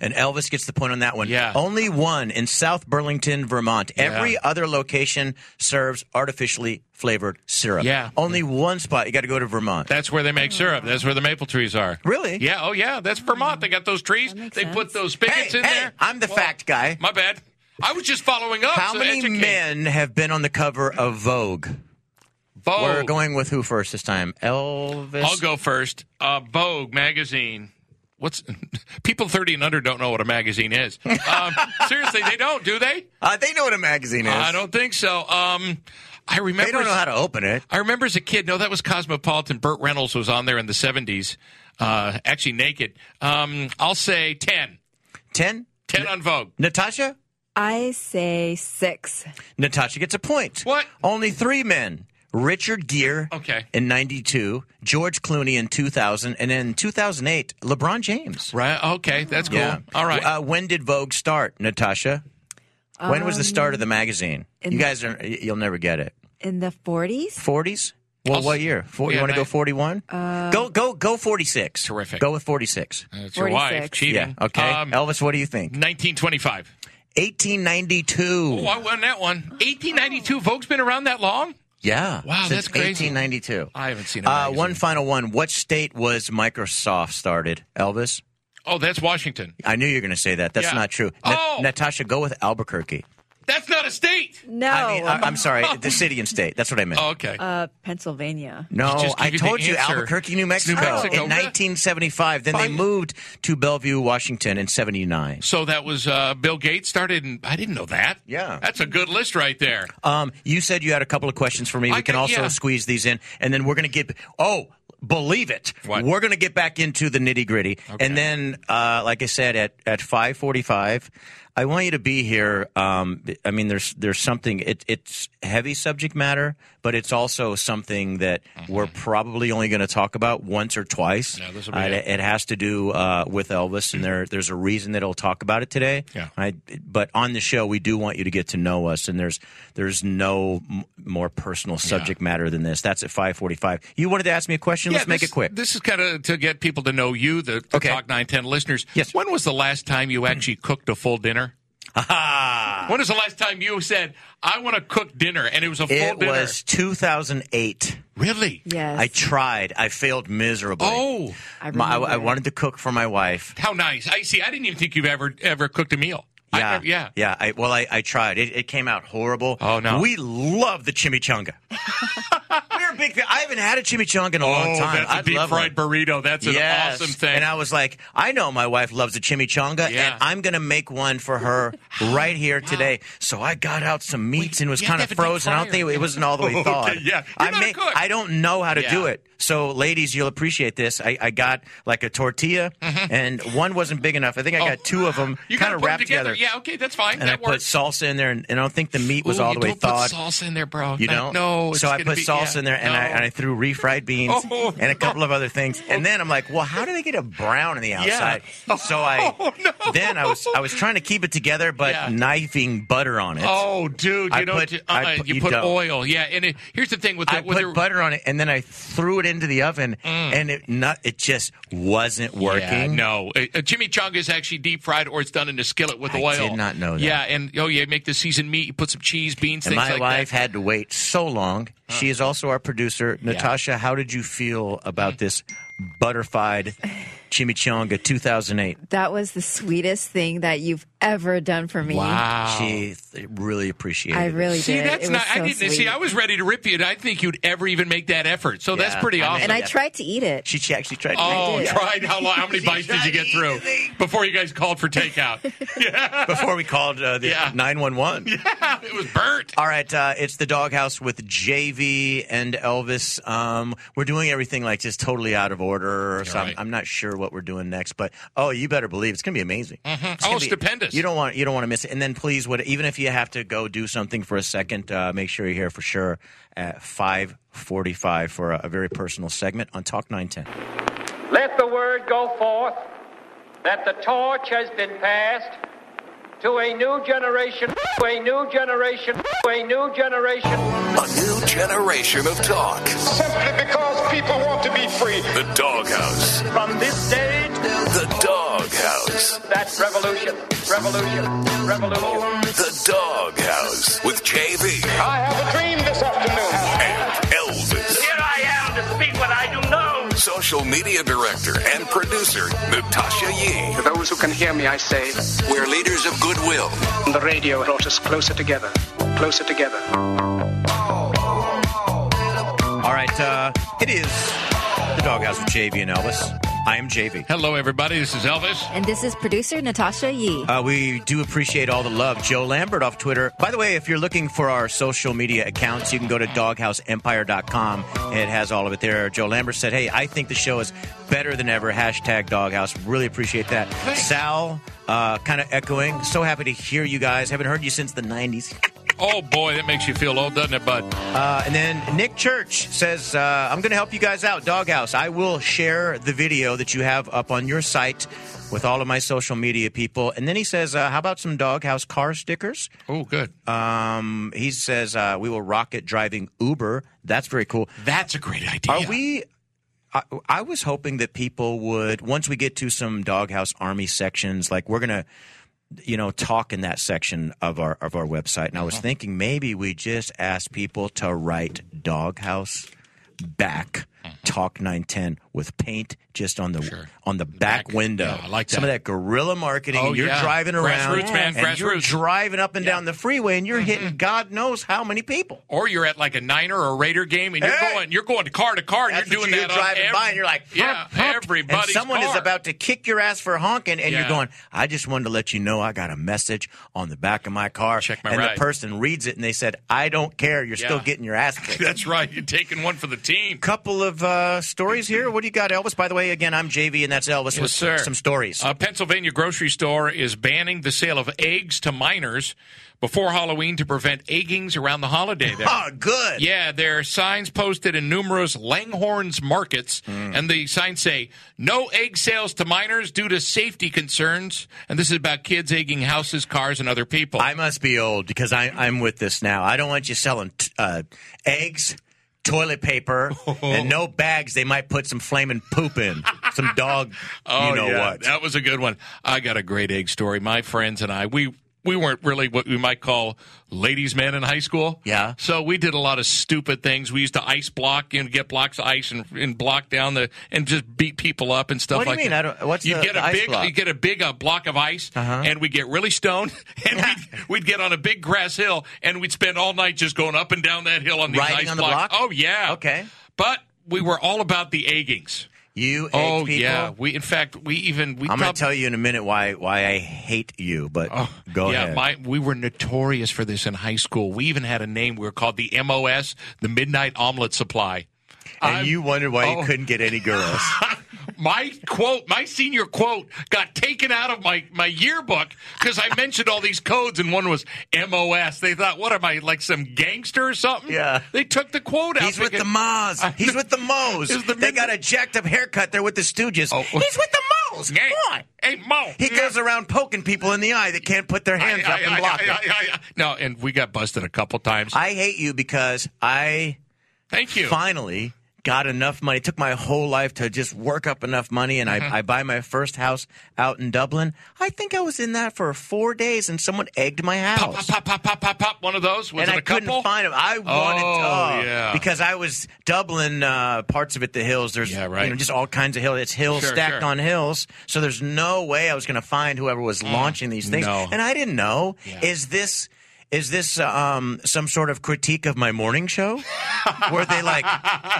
A: And Elvis gets the point on that one. Yeah. Only one in South Burlington, Vermont. Every other location serves artificially flavored syrup.
B: Yeah.
A: Only one spot. You got to go to Vermont.
B: That's where they
A: Oh.
B: make syrup. That's where the maple trees are.
A: Really?
B: Yeah. Oh, yeah. That's Vermont. They got those trees. They put those spigots
A: Hey,
B: in
A: hey,
B: there.
A: I'm the fact guy.
B: My bad. I was just following up.
A: How
B: so
A: many
B: educate.
A: men have been on the cover of Vogue?
B: Vogue.
A: We're going with who first this time? Elvis.
B: I'll go first. Uh, Vogue magazine. What's people thirty and under don't know what a magazine is? Um, seriously, they don't, do they?
A: Uh, they know what a magazine is.
B: I don't think so. Um, I remember
A: They don't know how to open it.
B: I remember as a kid. No, that was Cosmopolitan. Burt Reynolds was on there in the seventies. Uh, actually, naked. Um, I'll say ten.
A: Ten.
B: Ten on Vogue.
A: Natasha.
C: I say six.
A: Natasha gets a point.
B: What?
A: Only three men. Richard Gere
B: Okay.
A: in 92, George Clooney in 2000, and in 2008, LeBron James.
B: Right. Okay. That's cool. All right.
A: Uh, when did Vogue start, Natasha? When
C: Um,
A: was the start of the magazine?
C: in
A: you
C: the-
A: guys are, you'll never get it.
C: In the 40s?
A: 40s? Well,
B: I'll
A: what
B: s-
A: year? Four,
B: yeah,
A: you want to go
B: nine-
A: 41?
C: Uh,
A: go, go, go 46.
B: Terrific.
A: Go with 46.
B: That's your wife
C: 46.
B: cheating.
A: Yeah. Okay.
B: Um,
A: Elvis, what do you think?
B: 1925.
A: 1892.
B: Oh, I won that one. 1892. Vogue's been around that long.
A: Yeah.
B: Wow,
A: since
B: that's crazy.
A: 1892.
B: I haven't seen a
A: Uh,
B: magazine.
A: one final one. What state was Microsoft started? Elvis?
B: Oh, that's Washington.
A: I knew you were going to say that. That's
B: Yeah.
A: not true.
B: Oh!
A: Natasha, go with Albuquerque.
B: That's not a state.
C: No.
A: I mean, I, I'm sorry, the city and state. That's what I meant.
B: Oh, okay.
C: uh, Pennsylvania.
B: Just
A: No,
B: give
A: I
B: you the
A: told you
B: answer.
A: Albuquerque, New Mexico,
B: Mexico.
A: in 1975. Then they
B: Fine.
A: moved to Bellevue, Washington, in 79.
B: so that was uh, Bill Gates started, and I didn't know that.
A: Yeah.
B: That's a good list right there.
A: Um, you said you had a couple of questions for me.
B: I
A: We can
B: got-
A: also
B: yeah.
A: squeeze these in, and then we're going to get. Oh, believe it,
B: What?
A: we're going to get back into the nitty gritty, and then, uh, like I said, at at five forty five, I want you to be here. Um, I mean, there's there's something. It, it's heavy subject matter, but it's also something that we're probably only going to talk about once or twice.
B: Mm-hmm. Yeah, this'll be
A: it.
B: it. Mm-hmm.
A: it has to do uh, with Elvis, and there there's a reason that he'll talk about it today.
B: Yeah.
A: I, but on the show, we do want you to get to know us, and there's there's no m- more personal subject matter than this. That's at five forty five. You wanted to ask me a question. Let's
B: Yeah,
A: make
B: this-
A: it quick.
B: This is kind of to get people to know you, the, the
A: Okay.
B: Talk 910 listeners.
A: Yes. Hmm.
B: When was the last time you actually cooked a full dinner?
A: Ah,
B: When was the last time you said, I want to cook dinner, and it was a full
A: it
B: dinner?
A: was two thousand eight.
B: Really?
C: Yes.
A: I tried. I failed miserably.
B: Oh,
C: I
A: My- I, I
C: remember.
A: wanted to cook for my wife.
B: how nice. I see. I didn't even think you've ever ever cooked a meal. I
A: Yeah,
B: never- yeah.
A: yeah. I, well, I, I tried. It, it came out horrible.
B: Oh, no.
A: We love the chimichanga. We're a big. Fan. I haven't had a chimichanga in a long
B: Oh,
A: time.
B: that's a
A: I'd
B: deep
A: love
B: fried
A: one.
B: burrito. That's an
A: Yes.
B: awesome thing.
A: And I was like, I know my wife loves a chimichanga,
B: Yeah.
A: and I'm going to make one for her right here today. So I got out some meats and was
B: you have
A: kind
B: to
A: of
B: have a deep
A: frozen. I don't
B: fryer.
A: think it wasn't all the way
B: Okay,
A: thawed.
B: yeah.
A: I,
B: You're not a cook.
A: I don't know how to do
B: Yeah.
A: it. So, ladies, you'll appreciate this. I, I got like a tortilla, and one wasn't big enough. I think I got two of them
B: You
A: kind
B: Mm-hmm. Oh. gotta
A: of
B: put 'em
A: wrapped
B: together.
A: together.
B: yeah, okay, that's fine.
A: and I
B: that
A: put
B: works.
A: salsa in there, and, and I don't think the meat was
B: Ooh,
A: all
B: you
A: the way
B: don't put
A: thawed.
B: salsa in there, bro.
A: You
B: That-
A: don't?
B: No. it's
A: So I
B: gonna
A: put
B: be-
A: salsa
B: yeah,
A: in there, and, I,
B: no.
A: and I threw refried beans
B: Oh,
A: and a couple of other things. And then I'm like, well, how did I get a brown on the outside? So I then I was I was trying to keep it together, but
B: Oh, Yeah.
A: knifing butter on it.
B: Oh, dude, you
A: I
B: don't.
A: put-
B: ju-
A: I
B: uh-uh,
A: put-
B: you,
A: you
B: put
A: don't.
B: oil. Yeah, and it, here's the thing with the,
A: I
B: with
A: put
B: the,
A: butter on it, and then I threw it into the oven, and it not it just wasn't working.
B: Mm. Yeah, no, Uh, a, a chimichanga is actually deep fried, or it's done in a skillet with
A: I
B: oil.
A: did not know that.
B: Yeah, and oh yeah, make the seasoned meat. You put some cheese, beans,
A: And
B: things
A: my
B: like
A: wife had to wait so long. She is also our producer. Natasha, how did you feel about this butterfied chimichanga 2008?
C: That was the sweetest thing that you've ever done for me.
A: She th- really appreciated
C: I
A: it.
C: really
B: See,
C: did.
B: that's
C: it was
B: not. I
C: so
B: didn't
C: sweet.
B: see. I was ready to rip you. and I didn't think you'd ever even make that effort. So that's
A: Yeah,
B: pretty
A: I
B: awesome.
C: and I tried to eat it.
A: She, she actually tried to
B: Oh,
A: eat it.
B: tried how long? How many bites did you get through before you guys called for takeout?
A: Before we called uh, the 911.
B: Yeah, it was burnt.
A: All right, uh, it's the doghouse with JV and Elvis. Um, we're doing everything like just totally out of order, so I'm, I'm not sure what we're doing next. But oh, you better believe it's going to be amazing. It's
B: Oh,
A: gonna be-
B: stupendous.
A: You don't want you don't want to miss it. And then please, what even if you have to go do something for a second, uh, make sure you're here for sure at 5:45 for a, a very personal segment on Talk 910.
Q: Let the word go forth that the torch has been passed to a new generation, to a new generation, to a new generation.
F: A new generation of talk. Simply because people want to be free. The doghouse.
Q: From this day,
F: The doghouse.
Q: that revolution, revolution, revolution.
F: The doghouse with JV
Q: I have a dream this afternoon.
F: and Elvis.
Q: Here I am to speak what I do know.
F: Social media director and producer Natasha Yee.
Q: To those who can hear me, I say,
F: We're leaders of goodwill.
Q: the radio brought us closer together, closer together.
A: All right, uh, it is the doghouse with JV and Elvis. I am JV.
B: Hello, everybody. This is Elvis.
C: And this is producer Natasha Yee.
A: Uh, we do appreciate all the love. Joe Lambert off Twitter. By the way, if you're looking for our social media accounts, you can go to doghouseempire.com. It has all of it there. Joe Lambert said, Hey, I think the show is better than ever. Hashtag doghouse. Really appreciate that. Sal, uh, kind of echoing. So happy to hear you guys. Haven't heard you since the 90s.
B: Oh boy, that makes you feel old, doesn't it, bud?
A: Uh, and then Nick Church says, uh, I'm going to help you guys out, Doghouse. I will share the video that you have up on your site with all of my social media people. And then he says, uh, How about some Doghouse car stickers?
B: Oh, good.
A: Um, he says, uh, We will rocket driving Uber. That's very cool.
B: That's a great idea.
A: Are we. I, I was hoping that people would, once we get to some Doghouse Army sections, like we're going to you know talk in that section of our of our website and i was
B: Uh-huh.
A: thinking maybe we just ask people to write doghouse back
B: Uh-huh.
A: talk 910 with paint just on the on the back, window i like some of that guerrilla marketing
B: Oh,
A: and you're
B: yeah.
A: driving around
B: Grassroots, man,
A: and you're
B: grassroots. Mm-hmm.
A: driving up and down the freeway and you're hitting god knows how many people
B: Or you're at like a Niner or a Raider game, and you're
A: Hey!
B: going, you're going to car to car, and
A: That's
B: you're
A: what
B: doing
A: you're
B: that.
A: driving
B: on every,
A: by and you're like
B: yeah,
A: "Honk, honk," and
B: everybody's
A: someone is
B: car.
A: about to kick your ass for honking and you're
B: Yeah.
A: going i just wanted to let you know i got a message on the back of my car Check
B: my
A: and
B: ride.
A: the person reads it and they said i don't care you're still
B: Yeah.
A: getting your ass kicked
B: That's right. You're taking one for the team.
A: couple of uh, stories here what do you got elvis by the way again i'm jv and that's elvis with some stories
B: A Uh, Pennsylvania grocery store is banning the sale of eggs to minors before Halloween to prevent eggings around the holiday. There.
A: Oh, good.
B: Yeah, there are signs posted in numerous Langhorns markets, and the signs say no egg sales to minors due to safety concerns. And this is about kids egging houses, cars, and other people.
A: i must be old because I, i'm with this now i don't want you selling t- uh, eggs toilet paper and no bags they might put some flaming poop in some dog
B: Oh,
A: you know
B: yeah.
A: what
B: That was a good one. I got a great egg story. My friends and I, we we weren't really what we might call ladies' men in high school.
A: Yeah.
B: So we did a lot of stupid things. We used to ice block, you know, get blocks of ice and, and block down the and just beat people up and stuff
A: What do you
B: like
A: mean?
B: that.
A: I don't- what's
B: you
A: the-
B: get
A: the
B: a
A: ice
B: big
A: block? Uh-huh.
B: you get a big uh, block of ice and we get really stoned and we'd, we'd get on a big grass hill and we'd spend all night just going up and down that hill on these
A: Riding
B: ice
A: on the block?
B: blocks. Oh yeah.
A: Okay.
B: But we were all about the eggings.
A: You egg
B: oh
A: people?
B: yeah. We in fact we even we
A: I'm going
B: prob-
A: to tell you in a minute why why I hate you, but go
B: Oh, yeah,
A: ahead.
B: my we were notorious for this in high school. We even had a name. We were called the MOS, the Midnight Omelet Supply.
A: and you wondered why
B: oh.
A: you couldn't get any girls.
B: my quote, my senior quote, got taken out of my, my yearbook because I mentioned all these codes, and one was MOS. They thought, what am I, like some gangster or something?
A: Yeah.
B: They took the quote out.
A: He's with
B: thinking-
A: the Moz.
B: I-
A: He's with the Moes.
B: It was the
A: they got a jacked up haircut. They're with the Stooges.
B: Oh.
A: He's with the Moes.
B: Yeah.
A: Come on.
B: Hey, Mo.
A: He goes around poking people in the eye that can't put their hands
B: I-
A: up and
B: I-
A: block
B: I-
A: it.
B: I- I- I- No, and we got busted a couple times.
A: I hate you because I
B: Thank you.
A: finally got enough money. It took my whole life to just work up enough money, and
B: Mm-hmm.
A: I, I buy my first house out in Dublin. I think I was in that for four days, and someone egged my
B: Oh, Pop,
A: house.
B: pop, pop, pop, pop, pop, pop. One of those. Was
A: and
B: it
A: I
B: a couple?
A: couldn't find them. I wanted
B: Oh,
A: to, uh,
B: yeah.
A: because I was Dublin uh, parts of it, the hills. There's you know, just all kinds of hills. It's hills
B: Sure,
A: stacked
B: sure.
A: on hills. So there's no way I was going to find whoever was launching these things.
B: Mm. no.
A: And I didn't know. Is this is this um, some sort of critique of my morning show? Were they like,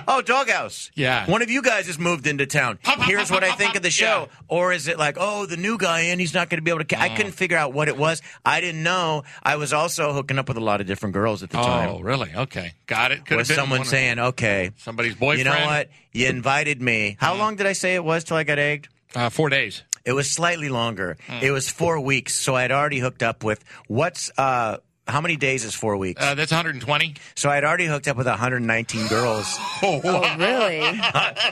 A: oh, doghouse?
B: Yeah.
A: One of you guys has moved into town. Here's what I think of the show. Or is it like, oh, the new guy in, he's not going to be able to. Ca-.
B: Mm.
A: I couldn't figure out what it was. I didn't know. I was also hooking up with a lot of different girls at the
B: Oh,
A: time.
B: really? Okay, got it. Could
A: With someone saying, okay,
B: somebody's boyfriend. Mm.
A: you know what? You invited me. How long did I say it was till I got egged?
B: Uh, four days.
A: It was slightly longer.
B: Mm.
A: It was four weeks. So I had already hooked up with what's, uh, how many days is four weeks?
B: Uh, that's 120.
A: so I had already hooked up with 119 girls.
B: Oh,
C: really?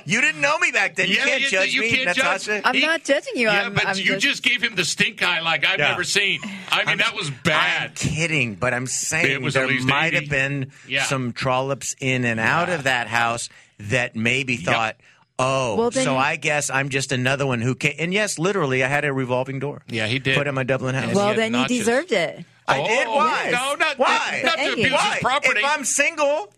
A: you didn't know me back then. you
B: Yeah,
A: can't
B: you-
A: judge
B: you
A: me,
B: can't judge.
A: Natasha.
C: I'm not judging you.
B: yeah,
C: I'm,
B: but
C: I'm
B: you just... gave him the stink eye like I've
A: Yeah.
B: never seen. I mean, that was bad.
A: I'm kidding, but I'm saying
B: It was at
A: there
B: least
A: might
B: 80.
A: have been
B: Yeah.
A: some trollops in and out of that house that maybe thought, oh,
C: Well, then-
A: so I guess I'm just another one who can. And yes, literally, I had a revolving door.
B: Yeah, he did.
A: Put in my Dublin house.
C: well, then you deserved it.
A: I did.
B: Oh,
A: Why?
B: No, not
A: why?
B: Not to
C: Egging.
B: abuse
A: Why?
B: his property.
A: If I'm single,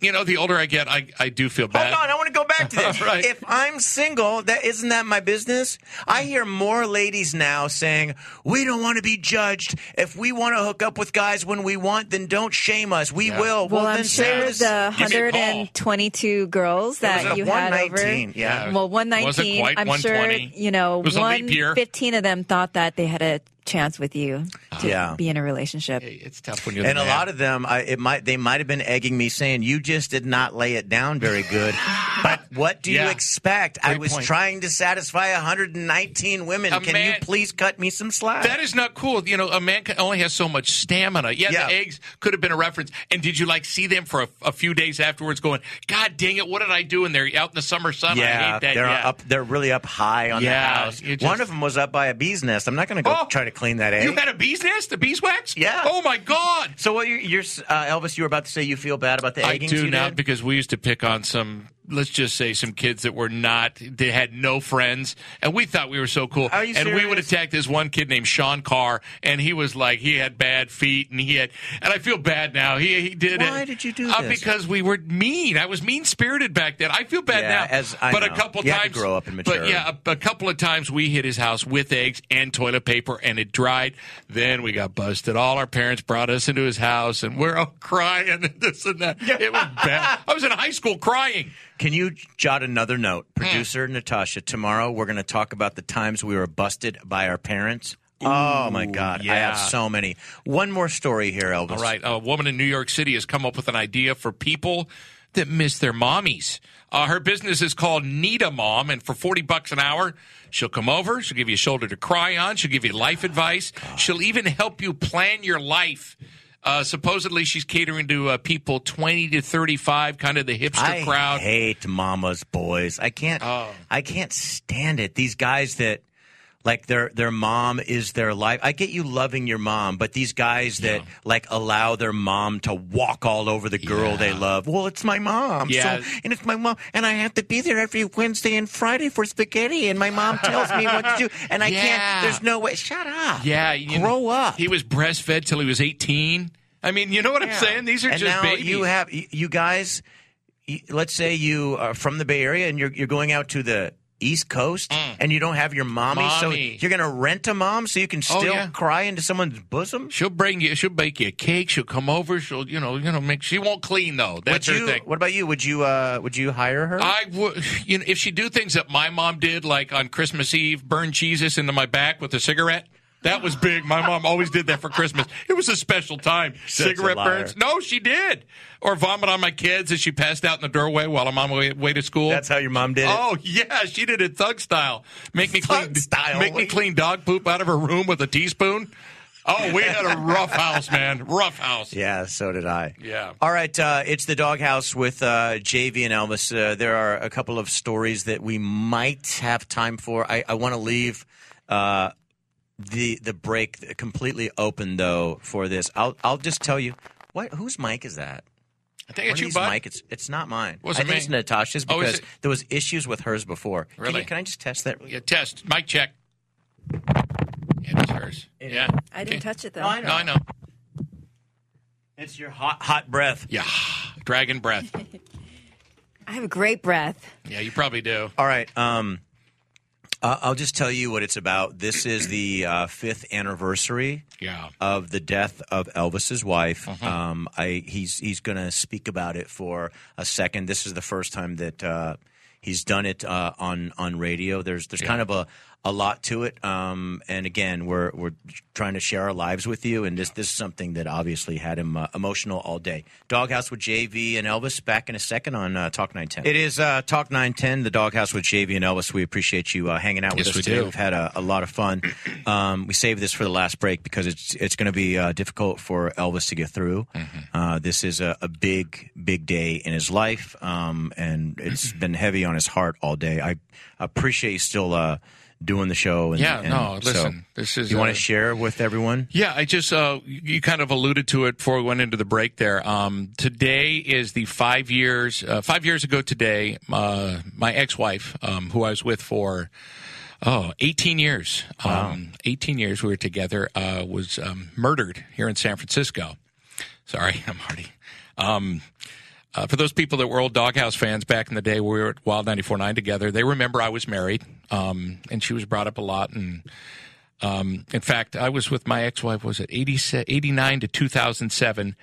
B: You know, the older I get, I, I do feel bad.
A: Hold on, I want to go back to this.
B: All right.
A: If I'm single, that isn't that my business? I hear more ladies now saying, "We don't want to be judged. If we want to hook up with guys when we want, then don't shame us. We
B: Yeah.
A: will."
C: Well, I'm
A: then
C: sure
A: there's-
C: the
B: Give me a call.
C: 122 girls
A: It was
C: that
A: a
C: you had over.
A: 119, yeah.
C: Well,
B: Wasn't
C: 119.
B: quite
C: I'm
B: 120.
C: sure, you know,
B: It was a leap year.
C: 115 of them thought that they had a chance with you to
A: Yeah.
C: be in a relationship.
B: It's tough when you're
A: and
B: the
A: a
B: man.
A: lot of them, I, it might they might have been egging me, saying, "You just did not lay it down very good." but what do
B: Yeah.
A: you expect? I
B: Great
A: was
B: point.
A: trying to satisfy 119 women.
B: A
A: Can
B: man-
A: you please cut me some slack?
B: That is not cool. You know, a man can only has so much stamina. Yeah, the
A: Yeah.
B: eggs could have been a reference. And did you like see them for a, a few days afterwards, going, "God dang it, what did I do?" And they're out in the summer sun. I
A: Yeah,
B: hate that.
A: they're
B: yeah.
A: up. They're really up high on
B: Yeah,
A: the house.
B: you just-
A: One of them was up by a bee's nest. I'm not going to go
B: Oh.
A: try to clean that egg.
B: You had a bee's nest, a beeswax.
A: Yeah.
B: Oh my God.
A: so what? You're, you're uh, Elvis. You were about to say you feel bad about the
B: I
A: eggings.
B: do
A: you
B: not
A: did?
B: because we used to pick on some. Let's just say some kids that were not. They had no friends, and we thought we were so cool.
A: Are you
B: and we would
A: serious?
B: attack this one kid named Sean Carr, and he was like he had bad feet, and he had. And I feel bad now. He he did it.
A: Why did you do
B: Uh,
A: this?
B: Because we were mean. I was mean spirited back then. I feel bad
A: Yeah,
B: now.
A: as I
B: but a
A: know.
B: couple
A: You had to
B: times
A: grow up and
B: But
A: mature.
B: yeah, a, a couple of times we hit his house with eggs and toilet paper, and it dried. Then we got busted. All our parents brought us into his house, and we're all crying and this and that. It was bad. I was in high school crying.
A: Can you jot another note,
B: Hmm.
A: producer Natasha? Tomorrow we're going to talk about the times we were busted by our parents. oh my God, I
B: yeah.
A: have so many. One more story here, Elvis.
B: All right, a woman in New York City has come up with an idea for people that miss their mommies. Uh, her business is called Need a Mom, and for forty bucks an hour, she'll come over. She'll give you a shoulder to cry on. She'll give you life advice. She'll even help you plan your life. Uh, supposedly, she's catering to uh, people twenty to thirty-five, kind of the hipster
A: I
B: crowd. Oh.
A: hate mama's boys. I can't. I can't stand it. These guys that like their their mom is their life. I get you loving your mom, but these guys that like allow their mom to walk all over the girl they love. Well, it's my mom.
B: Yeah.
A: So, and it's my mom, and I have to be there every Wednesday and Friday for spaghetti, and my mom tells me what to do, and I
B: Yeah.
A: can't. There's no way. Shut up.
B: Yeah, you
A: Grow up.
B: He was breastfed till he was eighteen. I mean, you know what I'm saying? These are
A: and
B: just
A: now
B: babies.
A: You have you- you guys. you- Let's say you are from the Bay Area and you're you're going out to the East Coast and you don't have your mommy, so
B: Mm. Mommy.
A: you're going to rent a mom so you can
B: Oh,
A: still
B: yeah.
A: cry into someone's bosom.
B: She'll bring you. She'll bake you a cake. She'll come over. She'll you know you know make. She won't clean though. That's
A: would
B: her
A: you,
B: thing.
A: What about you? Would you uh, would you hire her?
B: I would, you know, if she do things that my mom did, like on Christmas Eve, burn Jesus into my back with a cigarette. That was big. My mom always did that for Christmas. It was a special time.
A: Such a
B: Cigarette
A: liar.
B: burns. No, she did. Or vomit on my kids as she passed out in the doorway while I'm on my way, way to school. That's
A: how your mom did it?
B: Oh yeah, she did it thug style. Make me clean style. Make me clean dog poop out of her room with a teaspoon. Oh, we had a rough house, man. Rough house.
A: Yeah, so did I.
B: Yeah.
A: All right, uh, it's the doghouse with uh, JV and Elvis. Uh, there are a couple of stories that we might have time for. I, I want to leave uh, the the break completely open though for this. I'll I'll just tell you what whose mic is that?
B: I think it's you,
A: Bernie's
B: bud.
A: mic. It's it's not mine.
B: Wasn't
A: I think
B: me.
A: it's Natasha's
B: Oh, is
A: because
B: it?
A: there was issues with hers before. Can you-
B: Really?
A: Can, I just test that?
B: Yeah, test. Mic check. Yeah, it was hers. Yeah.
C: I didn't touch it though.
A: No, I know.
B: No, I know.
A: It's your hot hot breath.
B: Yeah. Dragon breath.
C: I have a great breath.
B: Yeah, you probably do.
A: All right. Um, I- I'll just tell you what it's about. This is the uh, fifth anniversary
B: Yeah.
A: of the death of Elvis's wife. Um, I, he's he's going to speak about it for a second. This is the first time that uh, he's done it uh, on on radio. There's there's kind of a a lot to it. Um, and again, we're we're trying to share our lives with you. And this this is something that obviously had him uh, emotional all day. Doghouse with JV and Elvis. Back in a second on uh, Talk 910. It is uh, Talk 910, the Doghouse with JV and Elvis. We appreciate you uh, hanging out with
B: Yes,
A: us
B: we
A: today.
B: do.
A: We've had a, a lot of fun. Um, we saved this for the last break because it's it's going to be uh, difficult for Elvis to get through.
B: Mm-hmm.
A: Uh, this is a, a big big day in his life, um, and it's
B: Mm-hmm.
A: been heavy on his heart all day. I appreciate you still uh, doing the show. And,
B: Yeah,
A: and
B: no,
A: so-
B: listen, this is,
A: You want
B: uh,
A: to share with everyone?
B: Yeah, I just uh, you you kind of alluded to it before we went into the break. There, um, today is the five years. Uh, five years ago today, uh, my ex-wife, um, who I was with for oh 18 years, um, 18 years we were together, uh, was um, murdered here in San Francisco. Sorry, I'm already. Um, uh, for those people that were old Doghouse fans back in the day, we were at Wild 94.9 together. They remember I was married, um, and she was brought up a lot. And um, in fact, I was with my ex-wife. Was it 80, se- 89 to two thousand seven?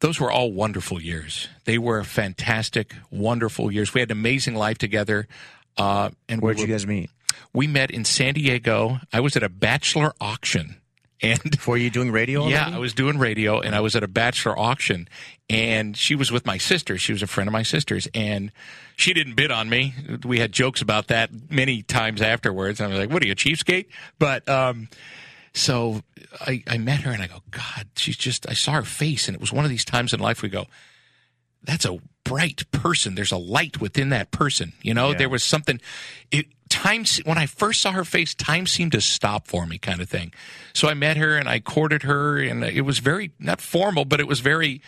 B: Those were all wonderful years. They were fantastic, wonderful years. We had an amazing life together. Uh, and
A: Where'd
B: we
A: you
B: were-
A: guys meet?
B: We met in San Diego. I was at a bachelor auction, and
A: Were you doing radio?
B: yeah,
A: already?
B: I was doing radio and I was at a bachelor auction and she was with my sister. She was a friend of my sister's and she didn't bid on me. We had jokes about that many times afterwards. I was like, what are you, a cheapskate? But, um, so I, I met her and I go, God, she's just, I saw her face and it was one of these times in life we go, that's a bright person. There's a light within that person. You know,
A: Yeah.
B: there was something. It time se- when I first saw her face, time seemed to stop for me, kind of thing. So I met her and I courted her, and it was very not formal, but it was very.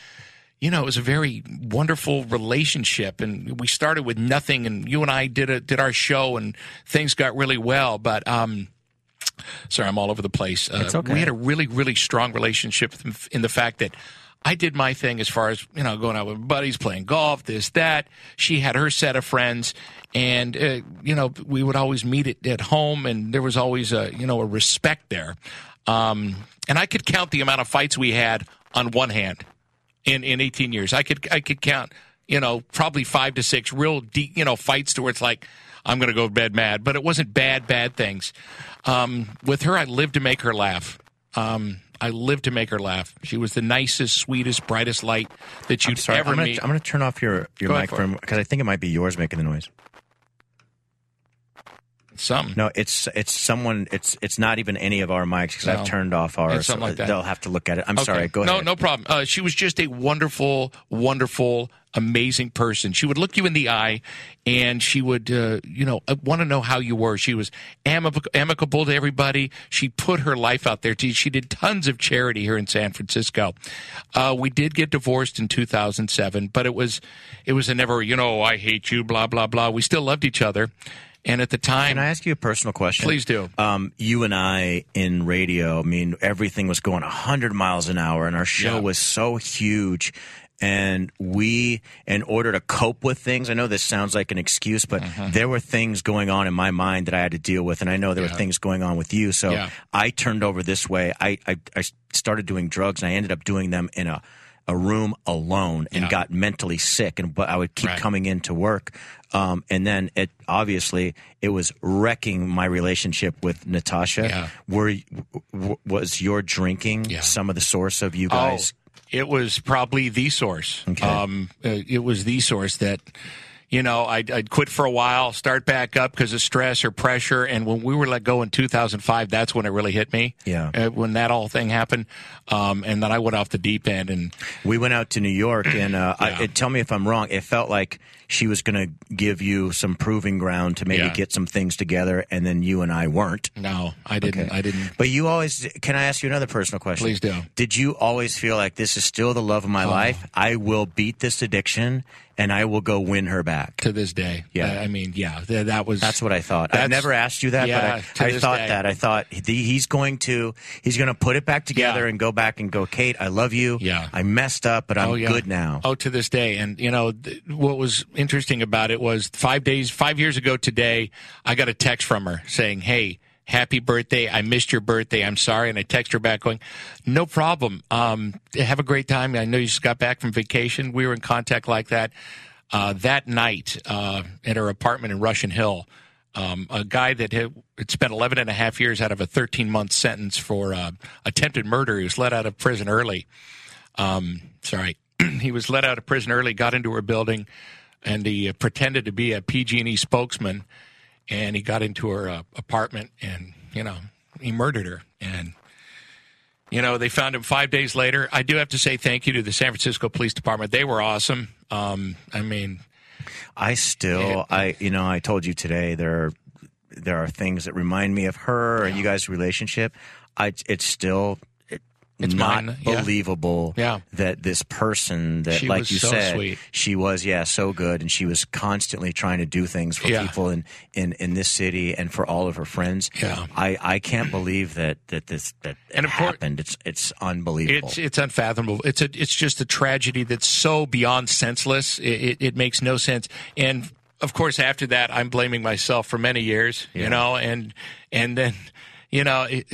B: You know, it was a very wonderful relationship, and we started with nothing. And you and I did a, did our show, and things got really well. But um, sorry, I'm all over the place. Uh,
A: It's okay.
B: We had a really, really strong relationship in the fact that I did my thing as far as you know, going out with buddies, playing golf, this, that. She had her set of friends, and uh, you know, we would always meet at, at home, and there was always a you know a respect there. Um, and I could count the amount of fights we had on one hand in in 18 years. I could I could count, you know, probably five to six real deep, you know, fights to where it's like I'm going to go to bed mad, but it wasn't bad bad things. Um, with her, I lived to make her laugh. Um, I lived to make her laugh. She was the nicest, sweetest, brightest light that you'd
A: Sorry,
B: ever
A: I'm gonna,
B: meet.
A: I'm gonna turn off your your
B: Go ahead for it.
A: microphone because I think it might be yours making the noise.
B: Something.
A: No, it's it's someone. It's it's not even any of our mics because
B: No.
A: I've turned off ours.
B: It's something like that.
A: They'll have to look at it. I'm
B: Okay.
A: sorry. Go
B: no,
A: ahead.
B: No, problem. Uh, she was just a wonderful, wonderful, amazing person. She would look you in the eye, and she would, uh, you know, want to know how you were. She was amic- amicable to everybody. She put her life out there. She she did tons of charity here in San Francisco. Uh, we did get divorced in 2007, but it was, it was a never, you know, I hate you, blah blah blah. We still loved each other, and at the time,
A: Can I ask you a personal question?
B: Please do.
A: Um, you and I in radio, I mean, everything was going 100 miles an hour, and our show
B: Yeah.
A: was so huge. And we, in order to cope with things, I know this sounds like an excuse, but
B: Uh-huh.
A: there were things going on in my mind that I had to deal with. And I know there
B: Yeah.
A: were things going on with you. So
B: Yeah.
A: I turned over this way. I, I, I started doing drugs, and I ended up doing them in a a room alone and got mentally sick, and but I would keep coming in to work. Um, and then it obviously it was wrecking my relationship with Natasha. Were y- w- was your drinking some of the source of you guys?
B: Oh, it was probably the source. Um, uh, it was the source that, you know, I'd, I'd quit for a while, start back up because of stress or pressure. And when we were let go in 2005, that's when it really hit me.
A: Yeah.
B: Uh, when that all thing happened. Um, and then I went off the deep end and.
A: We went out to New York, and uh, I, it, tell me if I'm wrong. It felt like she was going to give you some proving ground to maybe
B: Yeah.
A: get some things together, and then you and I weren't.
B: No, I didn't. I didn't.
A: But you always. Can I ask you another personal question?
B: Please do. Uh-huh.
A: Did you always feel like this is still the love of my life? I will beat this addiction, and I will go win her back
B: to this day.
A: Yeah,
B: I mean, yeah, th- that was.
A: That's what I thought. I
B: That's-
A: never asked you that,
B: Yeah,
A: but
B: to
A: I, I
B: this
A: thought
B: day.
A: that. I thought he- he's going to he's going to put it back together and go back and go, Kate, I love you. Yeah, I messed up, but I'm
B: Oh, yeah.
A: good now.
B: Oh, to this day. And, you know, th- what was interesting about it was five days, five years ago today, I got a text from her saying, Hey, happy birthday. I missed your birthday. I'm sorry. And I text her back going, No problem. Um, have a great time. I know you just got back from vacation. We were in contact like that. Uh, that night uh, at her apartment in Russian Hill, um, a guy that had, had spent 11 and a half years out of a 13 month sentence for uh, attempted murder, he was let out of prison early um, sorry, he was let out of prison early, got into her building, and he uh, pretended to be a PG&E E spokesman, and he got into her uh, apartment, and you know, he murdered her, and you know, they found him five days later. I do have to say thank you to the San Francisco Police Department; they were awesome. Um, I mean,
A: I still, I you know, I told you today there are there are things that remind me of her and you guys' relationship. I it's still. it-
B: It's
A: not
B: mine, yeah.
A: believable
B: Yeah.
A: that this person that
B: She
A: like
B: was
A: you
B: so
A: said
B: sweet.
A: she was yeah so good and she was constantly trying to do things for
B: Yeah.
A: people in, in in this city and for all of her friends yeah i i can't believe that that this that it happened it's it's unbelievable
B: It's it's unfathomable. It's a it's just a tragedy that's so beyond senseless. It, it, it makes no sense. And of course, after that, I'm blaming myself for many years. You know, and and then you know, it,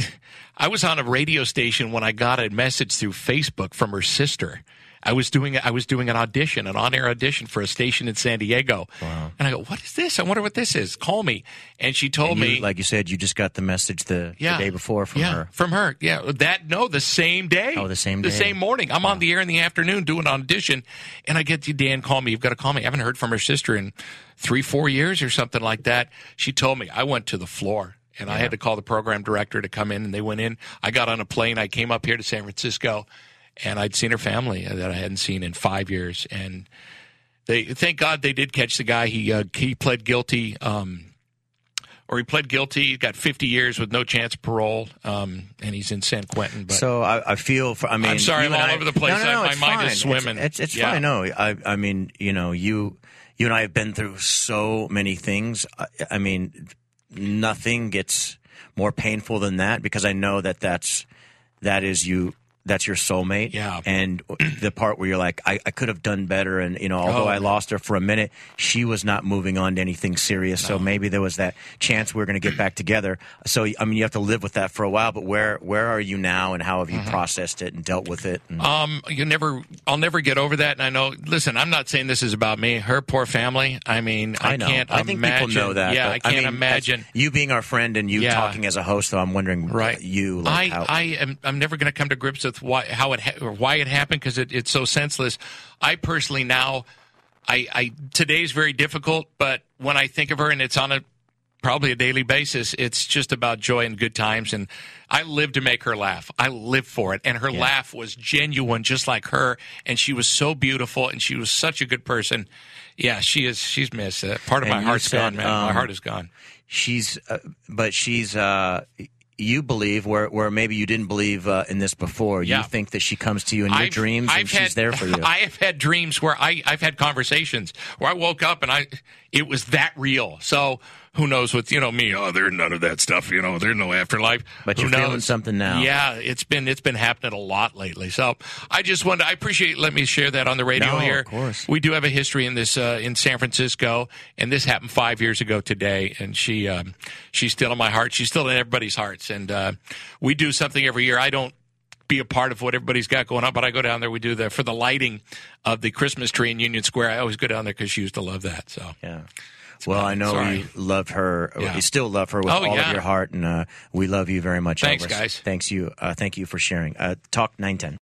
B: I was on a radio station when I got a message through Facebook from her sister. I was doing I was doing an audition, an on air audition for a station in San Diego. Wow. And I go, what is this? I wonder what this is. Call me. And she told
A: And you-
B: me
A: like you said you just got the message the,
B: Yeah.
A: the day before from
B: yeah,
A: her
B: From her. Yeah. That no, the same day. Oh, the
A: same
B: The
A: day.
B: same morning. I'm on the air in the afternoon doing an audition and I get to Dan call me. You've got to call me. I haven't heard from her sister in three, four years or something like that. She told me I went to the floor and I had to call the program director to come in and they went in. I got on a plane, I came up here to San Francisco and I'd seen her family that I hadn't seen in five years and they thank God they did catch the guy. He uh, he pled guilty, um, or he pled guilty. Got 50 years with no chance of parole, um, and he's in San Quentin. But
A: So I, I feel for. I mean,
B: I'm sorry,
A: you
B: I'm
A: and
B: all
A: I-
B: over the place.
A: No, no, no,
B: I- my
A: it's
B: mind is
A: fine. It's-
B: swimming.
A: It's, it's
B: Yeah.
A: fine. No, I, I mean, you know, you, you and I have been through so many things. I, I mean, nothing gets more painful than that because I know that that's that is you. That's your soulmate. Yeah. And the part where you're like, I, I could have done better. And, you know, although
B: Oh.
A: I lost her for a minute, she was not moving on to anything serious. So maybe there was that chance we were are going to get back together. So, I mean, you have to live with that for a while, but where, where are you now and how have you
B: Mm-hmm.
A: processed it and dealt with it? And,
B: Um, you never, I'll never get over that. And I know, listen, I'm not saying this is about me, her poor family. I mean, I,
A: I know.
B: can't
A: I think
B: imagine.
A: people know that.
B: Yeah,
A: but,
B: I can't
A: mean,
B: imagine.
A: that's- You being our friend and you
B: Yeah.
A: talking as a host, though, I'm wondering, right. you,
B: I,
A: like, how,
B: I am I'm never going to come to grips with why how it ha- or why it happened because it, it's so senseless. I personally now, I, I today's very difficult, but when I think of her and it's on a probably a daily basis, it's just about joy and good times. And I live to make her laugh. I live for it, and her laugh was genuine, just like her. And she was so beautiful, and she was such a good person. Yeah, she is. She's missed. Uh, part of
A: And
B: my
A: you
B: heart's
A: said,
B: gone, man. my
A: um,
B: heart is gone.
A: she's uh, but she's uh you believe where where maybe you didn't believe uh, in this before
B: Yeah.
A: you think that she comes to you in your
B: I've-
A: dreams
B: I've
A: and she's
B: had-
A: there for you
B: I have had dreams where I, I've had conversations where I woke up and I it was that real. So who knows what you know me? Oh, there's none of that stuff. You know, there's no afterlife.
A: but
B: Who
A: you're
B: knows?
A: feeling something now
B: Yeah, it's been it's been happening a lot lately. So I just wanted I appreciate let me share that on the radio
A: No, of
B: here.
A: course.
B: We do have a history in this uh, in San Francisco, and this happened five years ago today. And she um, she's still in my heart. She's still in everybody's hearts. And uh, we do something every year. I don't be a part of what everybody's got going on. But I go down there. We do the for the lighting of the Christmas tree in Union Square. I always go down there because she used to love that. So
A: yeah. Well, I know
B: Sorry.
A: you love her.
B: Yeah.
A: You still love her with
B: Oh,
A: all
B: yeah.
A: of your heart, and uh, we love you very much.
B: Thanks,
A: Elvis.
B: guys.
A: Thanks you. Uh, thank you for sharing. Uh, Talk nine ten.